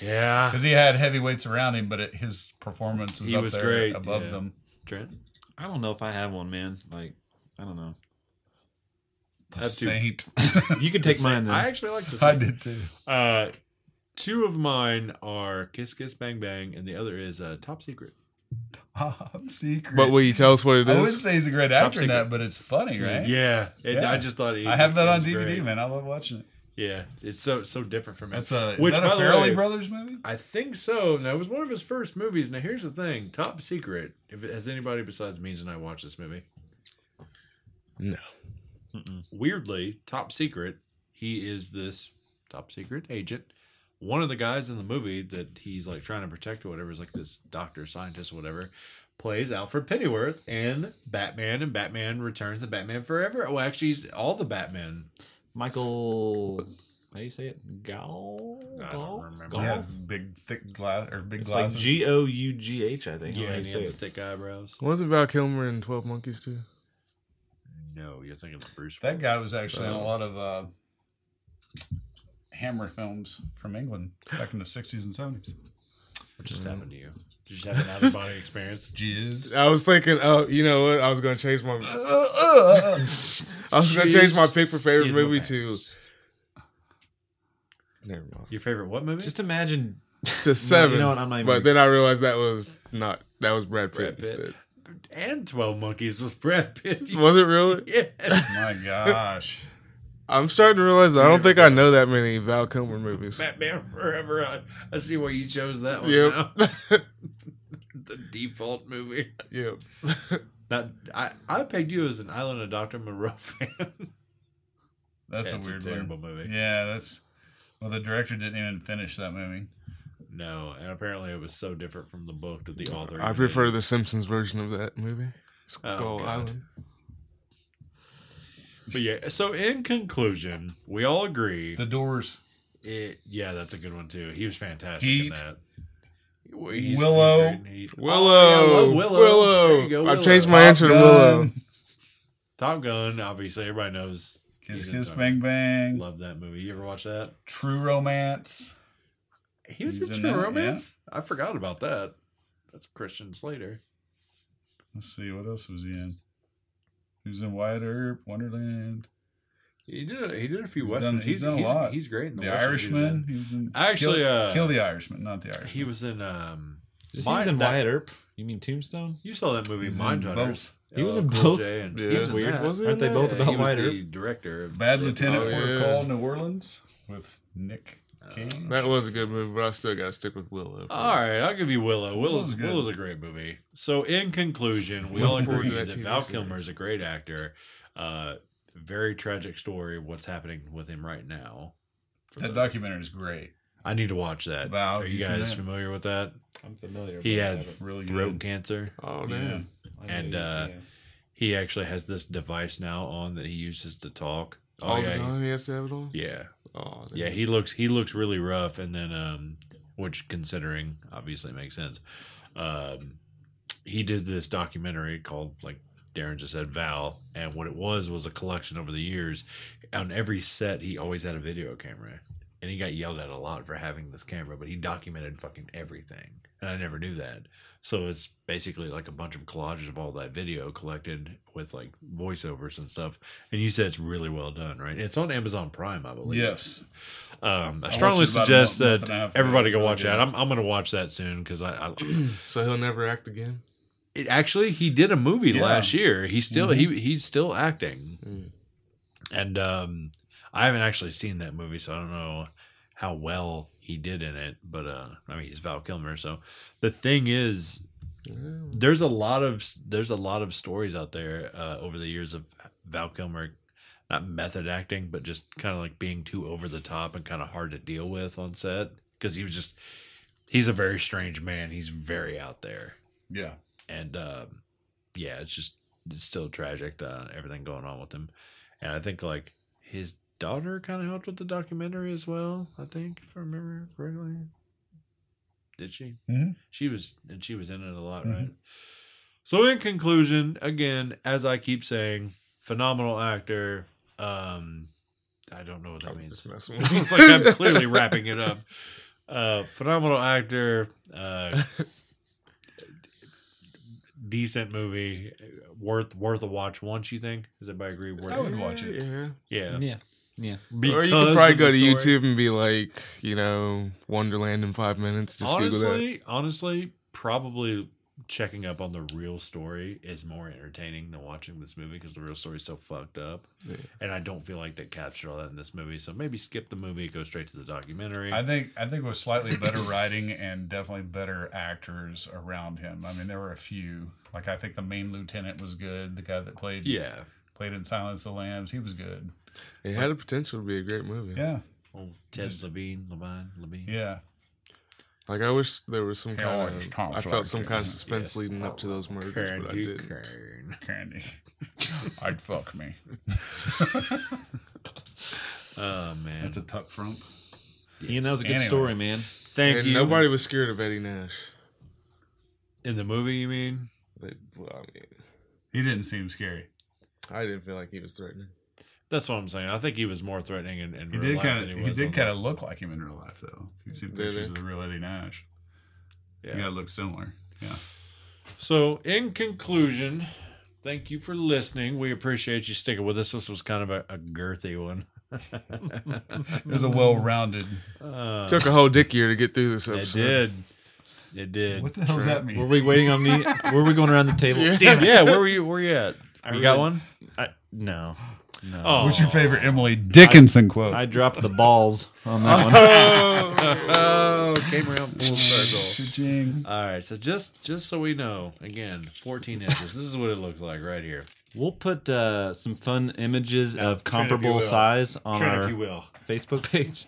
S2: Yeah.
S5: because he had heavyweights around him, but it, his performance was
S2: He
S5: up
S2: was
S5: there
S2: great,
S5: above
S2: yeah.
S5: them.
S2: Trent.
S3: I don't know if I have one, man. Like, I don't know.
S5: The
S2: That's too-
S5: Saint.
S3: You can take mine then.
S2: I actually like this.
S5: I did too.
S2: Uh, two of mine are Kiss Kiss Bang Bang, and the other is uh, Top Secret.
S5: Top Oh, secret.
S4: But will you tell us what it
S5: I wouldn't
S4: is?
S5: say he's a great
S2: Top
S5: actor in that, but it's funny, right?
S2: Yeah, it,
S5: Yeah.
S2: I just thought he,
S5: I have that
S2: it
S5: on
S2: was
S5: DVD,
S2: great.
S5: man. I love watching it.
S2: Yeah, it's so so different from it.
S5: That's a is
S2: Which,
S5: that
S2: by
S5: a
S2: the
S5: Farrelly
S2: way-
S5: Brothers movie?
S2: I think so. Now it was one of his first movies. Now here's the thing: Top Secret. If has anybody besides Means and I watched this movie?
S4: No.
S3: Mm-mm.
S2: Weirdly, Top Secret. He is this top secret agent. One of the guys in the movie that he's like trying to protect or whatever is like this doctor, scientist, whatever, plays Alfred Pennyworth in Batman and Batman Returns and Batman Forever. Oh, actually, he's all the Batman.
S3: Michael, how do you say it? Gal?
S2: I don't
S3: Gal?
S2: remember.
S3: Gal?
S5: He has big thick glass or big
S3: It's
S5: glasses.
S3: like G O U G H, I think. I don't know
S2: Yeah,
S3: how
S2: and
S3: you
S2: he
S3: say
S2: had the
S3: it.
S2: thick eyebrows.
S4: Was it Val Kilmer in Twelve Monkeys too?
S2: No, you're thinking of Bruce.
S5: that
S2: Willis.
S5: guy was actually in a lot of uh, Hammer films from England back in the sixties and seventies.
S2: What just happened to you? Did you just have an out of body experience?
S5: Jizz.
S4: I was thinking, oh, you know what? I was gonna change my,
S5: Uh,
S4: I was gonna
S2: Jeez.
S4: change my pick for favorite
S2: In
S4: movie
S2: romance.
S4: to. Never mind.
S2: Your favorite what movie?
S3: Just imagine.
S4: to seven.
S3: you know what? I'm not even-
S4: but then I realized that was not that was Brad
S2: Brad
S4: Pitt,
S2: Pitt.
S4: instead.
S2: and Twelve Monkeys was Brad Pitt.
S4: Was it really?
S2: Yes.
S5: My gosh.
S4: I'm starting to realize that I don't think I know that many Val Kilmer movies.
S2: Batman Forever. I, I see why you chose that one. now.
S4: Yep,
S2: the default movie.
S4: yep.
S2: That I I pegged you as an Island of Doctor Monroe fan.
S5: That's a weird
S2: terrible
S5: one.
S2: movie.
S5: Yeah, that's well the director didn't even finish that movie.
S2: No, and apparently it was so different from the book that the author.
S4: I
S2: even-
S4: prefer the Simpsons version of that movie. Skull
S2: God.
S4: Island.
S2: But yeah, so in conclusion, we all agree.
S5: The doors.
S2: it, yeah, that's a good one too. He was fantastic
S5: Heat.
S2: in that. Well,
S5: Willow.
S2: great in Heat.
S4: Willow,
S2: Oh, yeah, I love
S4: Willow,
S2: There you go,
S4: I've
S2: Willow.
S4: changed my answer to
S5: Top
S4: Willow.
S5: Gun,
S2: Top Gun. Obviously, everybody knows.
S5: Kiss
S2: He's in
S5: Kiss
S2: Top
S5: Bang Bang.
S2: Love that movie. You ever watch that?
S5: True Romance.
S2: He was
S5: He's
S2: in
S5: in
S2: True
S5: that, yeah.
S2: Romance. I forgot about that. That's Christian Slater.
S5: Let's see what else was he in. He was in Wyatt Earp, Wonderland,
S2: He did. A, he did a few
S5: He's done-
S2: westerns.
S5: he's
S2: he's
S5: done a
S2: he's,
S5: lot.
S2: he's great in
S5: The,
S2: the, westerns he was
S5: Irishman.
S2: in.
S5: He was in
S2: Actually,
S5: Kill,
S2: uh,
S5: Kill the Irishman, not the Irishman.
S2: He was in. Um,
S3: Just
S2: Mine-
S3: using
S2: that-
S3: Wyatt Earp. You mean Tombstone?
S2: you saw that movie
S5: He was in
S2: Mindhunters.
S5: both.
S3: He was
S2: LL
S3: in
S2: Cool
S3: both.
S2: J and-
S4: Yeah.
S2: he was in
S3: Weird,
S2: that.
S3: wasn't
S4: Aren't they both
S2: Yeah,
S3: about
S2: he was
S3: lighter?
S2: the director of
S5: Bad Lieutenant
S4: Oh,
S5: Port
S4: yeah.
S5: Call New Orleans with Nick
S2: Uh,
S5: Cage.
S4: That was a good movie, but I still gotta stick with Willow.
S2: All right, I'll give you Willow. Willow's
S5: Willow's good.
S2: Willow's a great movie. So in conclusion, we
S4: Looking
S2: all
S4: forward
S2: agree
S4: to
S2: that,
S4: that TV
S2: Val
S4: series.
S2: Kilmer is a great actor. Uh, very tragic story. What's happening with him right now?
S5: that documentary is great.
S2: I need to watch that.
S5: Val,
S2: Are you
S5: he's in
S2: guys
S5: that.
S2: familiar with that?
S3: I'm familiar.
S2: He
S3: but I
S2: had
S3: haven't
S5: really
S2: throat
S5: good.
S2: cancer.
S4: Oh
S5: Yeah.
S4: damn.
S3: I know
S2: And,
S3: you-
S2: uh,
S3: yeah.
S2: He actually has this device now on that he uses to talk.
S5: Oh,
S4: All
S2: Oh, yeah,
S4: the
S2: he-
S4: time he has to have it on.
S2: yeah,
S4: Oh, damn.
S2: yeah. He looks he looks really rough, and then um, which considering obviously makes sense. Um, he did this documentary called like Darren just said Val, and what it was was a collection over the years. On every set, he always had a video camera, and he got yelled at a lot for having this camera, but he documented fucking everything, and I never knew that. So it's basically like a bunch of collages of all that video collected with like voiceovers and stuff. And you said it's really well done, right? It's on Amazon Prime, I believe.
S5: Yes.
S2: Um, I
S5: I
S2: strongly
S5: watched it about a
S2: suggest
S5: month- month
S2: that
S5: and a half ago.
S2: everybody go
S5: Really
S2: watch
S5: good.
S2: that. I'm, I'm going to watch that soon because I, I
S4: So he'll never act again.
S2: it actually he did a movie
S5: Yeah. Mm-hmm.
S2: last year. He's still he he's still acting,
S4: Mm.
S2: and um, I haven't actually seen that movie, so I don't know how well he did in it. But uh, I mean, he's Val Kilmer, so the thing is,
S4: Yeah.
S2: there's a lot of there's a lot of stories out there uh, over the years of Val Kilmer not method acting but just kind of like being too over the top and kind of hard to deal with on set because he was just he's a very strange man he's very out there
S5: Yeah.
S2: and um, yeah it's just it's still tragic uh, everything going on with him and I think like his daughter kind of helped with the documentary as well I think if I remember correctly did she
S5: Mhm.
S2: she was and she was in it a lot
S5: Mhm.
S2: right so in conclusion again as i keep saying phenomenal actor um i don't know what
S4: Oh,
S2: that means it's like i'm clearly wrapping it up uh phenomenal actor uh decent movie worth worth a watch once you think does everybody agree worth
S5: I would watch it.
S4: Yeah.
S2: yeah
S3: yeah, yeah.
S4: or you
S2: Because
S4: could probably
S2: of
S4: go to
S2: the story.
S4: YouTube and be like, you know, Wonderland in five minutes. Just Google that.
S2: honestly, honestly, probably checking up on the real story is more entertaining than watching this movie because the real story is so fucked up,
S4: Yeah.
S2: and I don't feel like they captured all that in this movie. So maybe skip the movie, go straight to the documentary.
S5: I think I think with slightly better writing and definitely better actors around him. I mean, there were a few. Like I think the main lieutenant was good. The guy that played
S2: yeah,
S5: played in Silence of the Lambs, he was good.
S4: It had a potential to be a great movie.
S5: Yeah,
S2: old Ted
S5: Just-
S2: Levine, Levine, Levine.
S5: yeah.
S4: Like I wish there was some
S5: Yeah,
S4: kind
S5: Orange
S4: of.
S5: Tom's
S4: I felt
S5: right
S4: some
S5: there,
S4: kind of
S5: yeah.
S4: suspense leading up to those murders, but I
S2: Candy
S4: didn't.
S2: Kern.
S5: Candy, I'd fuck me.
S2: Oh man,
S5: That's a tuck frump.
S3: Ian, that was a good
S5: Anyway.
S3: story, man.
S2: thank
S4: And
S2: you.
S4: nobody was scared of Eddie Nash.
S2: in the movie. You mean?
S4: But, well, I mean,
S5: He didn't seem scary.
S4: I didn't feel like he was threatening.
S2: That's what I'm saying. I think he was more threatening in, in
S5: He
S2: real
S5: did
S2: life
S5: kind
S2: than
S5: of
S2: he
S5: he,
S2: was.
S5: did
S2: on-
S5: kind of look like him in real life though. If you've seen
S4: Did he?
S5: pictures of the real Eddie Nash,
S2: yeah.
S5: he kind of looks similar. Yeah.
S2: So, in conclusion, thank you for listening. We appreciate you sticking with us. This was kind of a, a girthy one.
S5: It was a well-rounded.
S2: Uh,
S4: Took a whole dick year to get through this
S2: it
S4: episode.
S2: did. It did.
S5: What the hell does that mean?
S3: Were we waiting on me? Were we going around the table?
S4: Yeah.
S3: Damn it!
S2: yeah, where were you? Where you at?
S3: I
S2: You
S3: really-
S2: got one?
S3: I, no, no.
S2: Oh.
S5: What's your favorite Emily Dickinson quote?
S3: I dropped the balls on that one.
S2: oh, came around full circle.
S5: Cha-ching.
S2: All right, so just just so we know, again, 14 inches. This is what it looks like right here.
S3: We'll put uh, some fun images of
S2: Trent, if you
S3: comparable
S2: will.
S3: size on
S2: Trent, if
S3: our
S2: you will.
S3: Facebook page.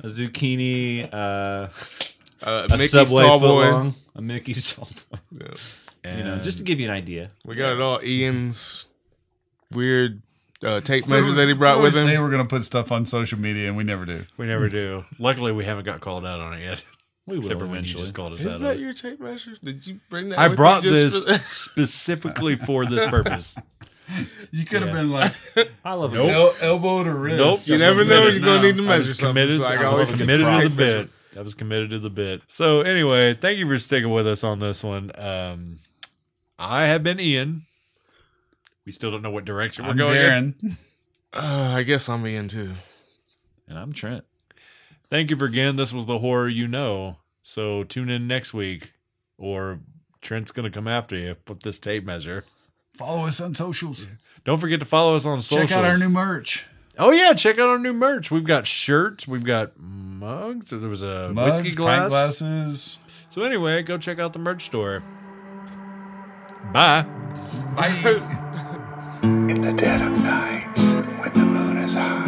S3: A zucchini, uh,
S4: Uh,
S3: a
S4: Mickey's
S3: Subway
S4: tall boy.
S3: footlong, a Mickey's tall boy.
S4: Yeah.
S3: You know, just to give you an idea.
S4: We got it all. Ian's weird uh, tape measure that he brought with
S5: We say
S4: him.
S5: we're gonna put stuff on social media, and we never do.
S2: we never do. Luckily, we haven't got called out on it yet,
S3: We will
S2: except for when you
S3: eventually.
S2: just called us out.
S4: Is
S2: on it.
S4: that your tape measure? Did you bring that?
S2: I
S4: with you
S2: brought this
S4: just for-
S2: specifically for this purpose.
S5: You could
S2: Yeah.
S5: have been like
S3: I love
S2: Nope.
S3: it.
S5: el- elbow to wrist.
S2: Nope.
S4: you
S2: Just
S4: never
S2: admit
S4: know.
S2: it
S4: You're gonna
S2: now.
S4: need to
S2: I
S4: measure
S2: was
S4: something.
S2: committed.
S4: so I,
S2: I
S4: can
S2: was
S4: always
S2: committed
S4: get
S2: to the
S4: tape measure.
S2: bit. I was committed to the bit. So anyway, thank you for sticking with us on this one. Um, I have been Ian. We still don't know what direction we're
S5: I'm
S2: going. in.
S5: Darren.
S4: Uh, I guess I'm Ian too.
S3: And I'm Trent.
S2: Thank you for again. This was the horror you know. So tune in next week, or Trent's gonna come after you with this tape measure.
S5: Follow us on socials.
S2: Don't forget to follow us on socials.
S5: Check out our new merch.
S2: oh yeah, check out our new merch. We've got shirts, we've got mugs. There was a
S5: Mugs,
S2: whiskey glass.
S5: pint glasses.
S2: So anyway, go check out the merch store. Bye.
S5: Bye.
S1: In the dead of night, when the moon is high,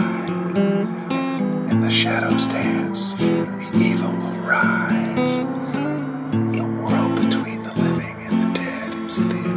S1: and the shadows dance, the evil will rise. The world between the living and the dead is thin.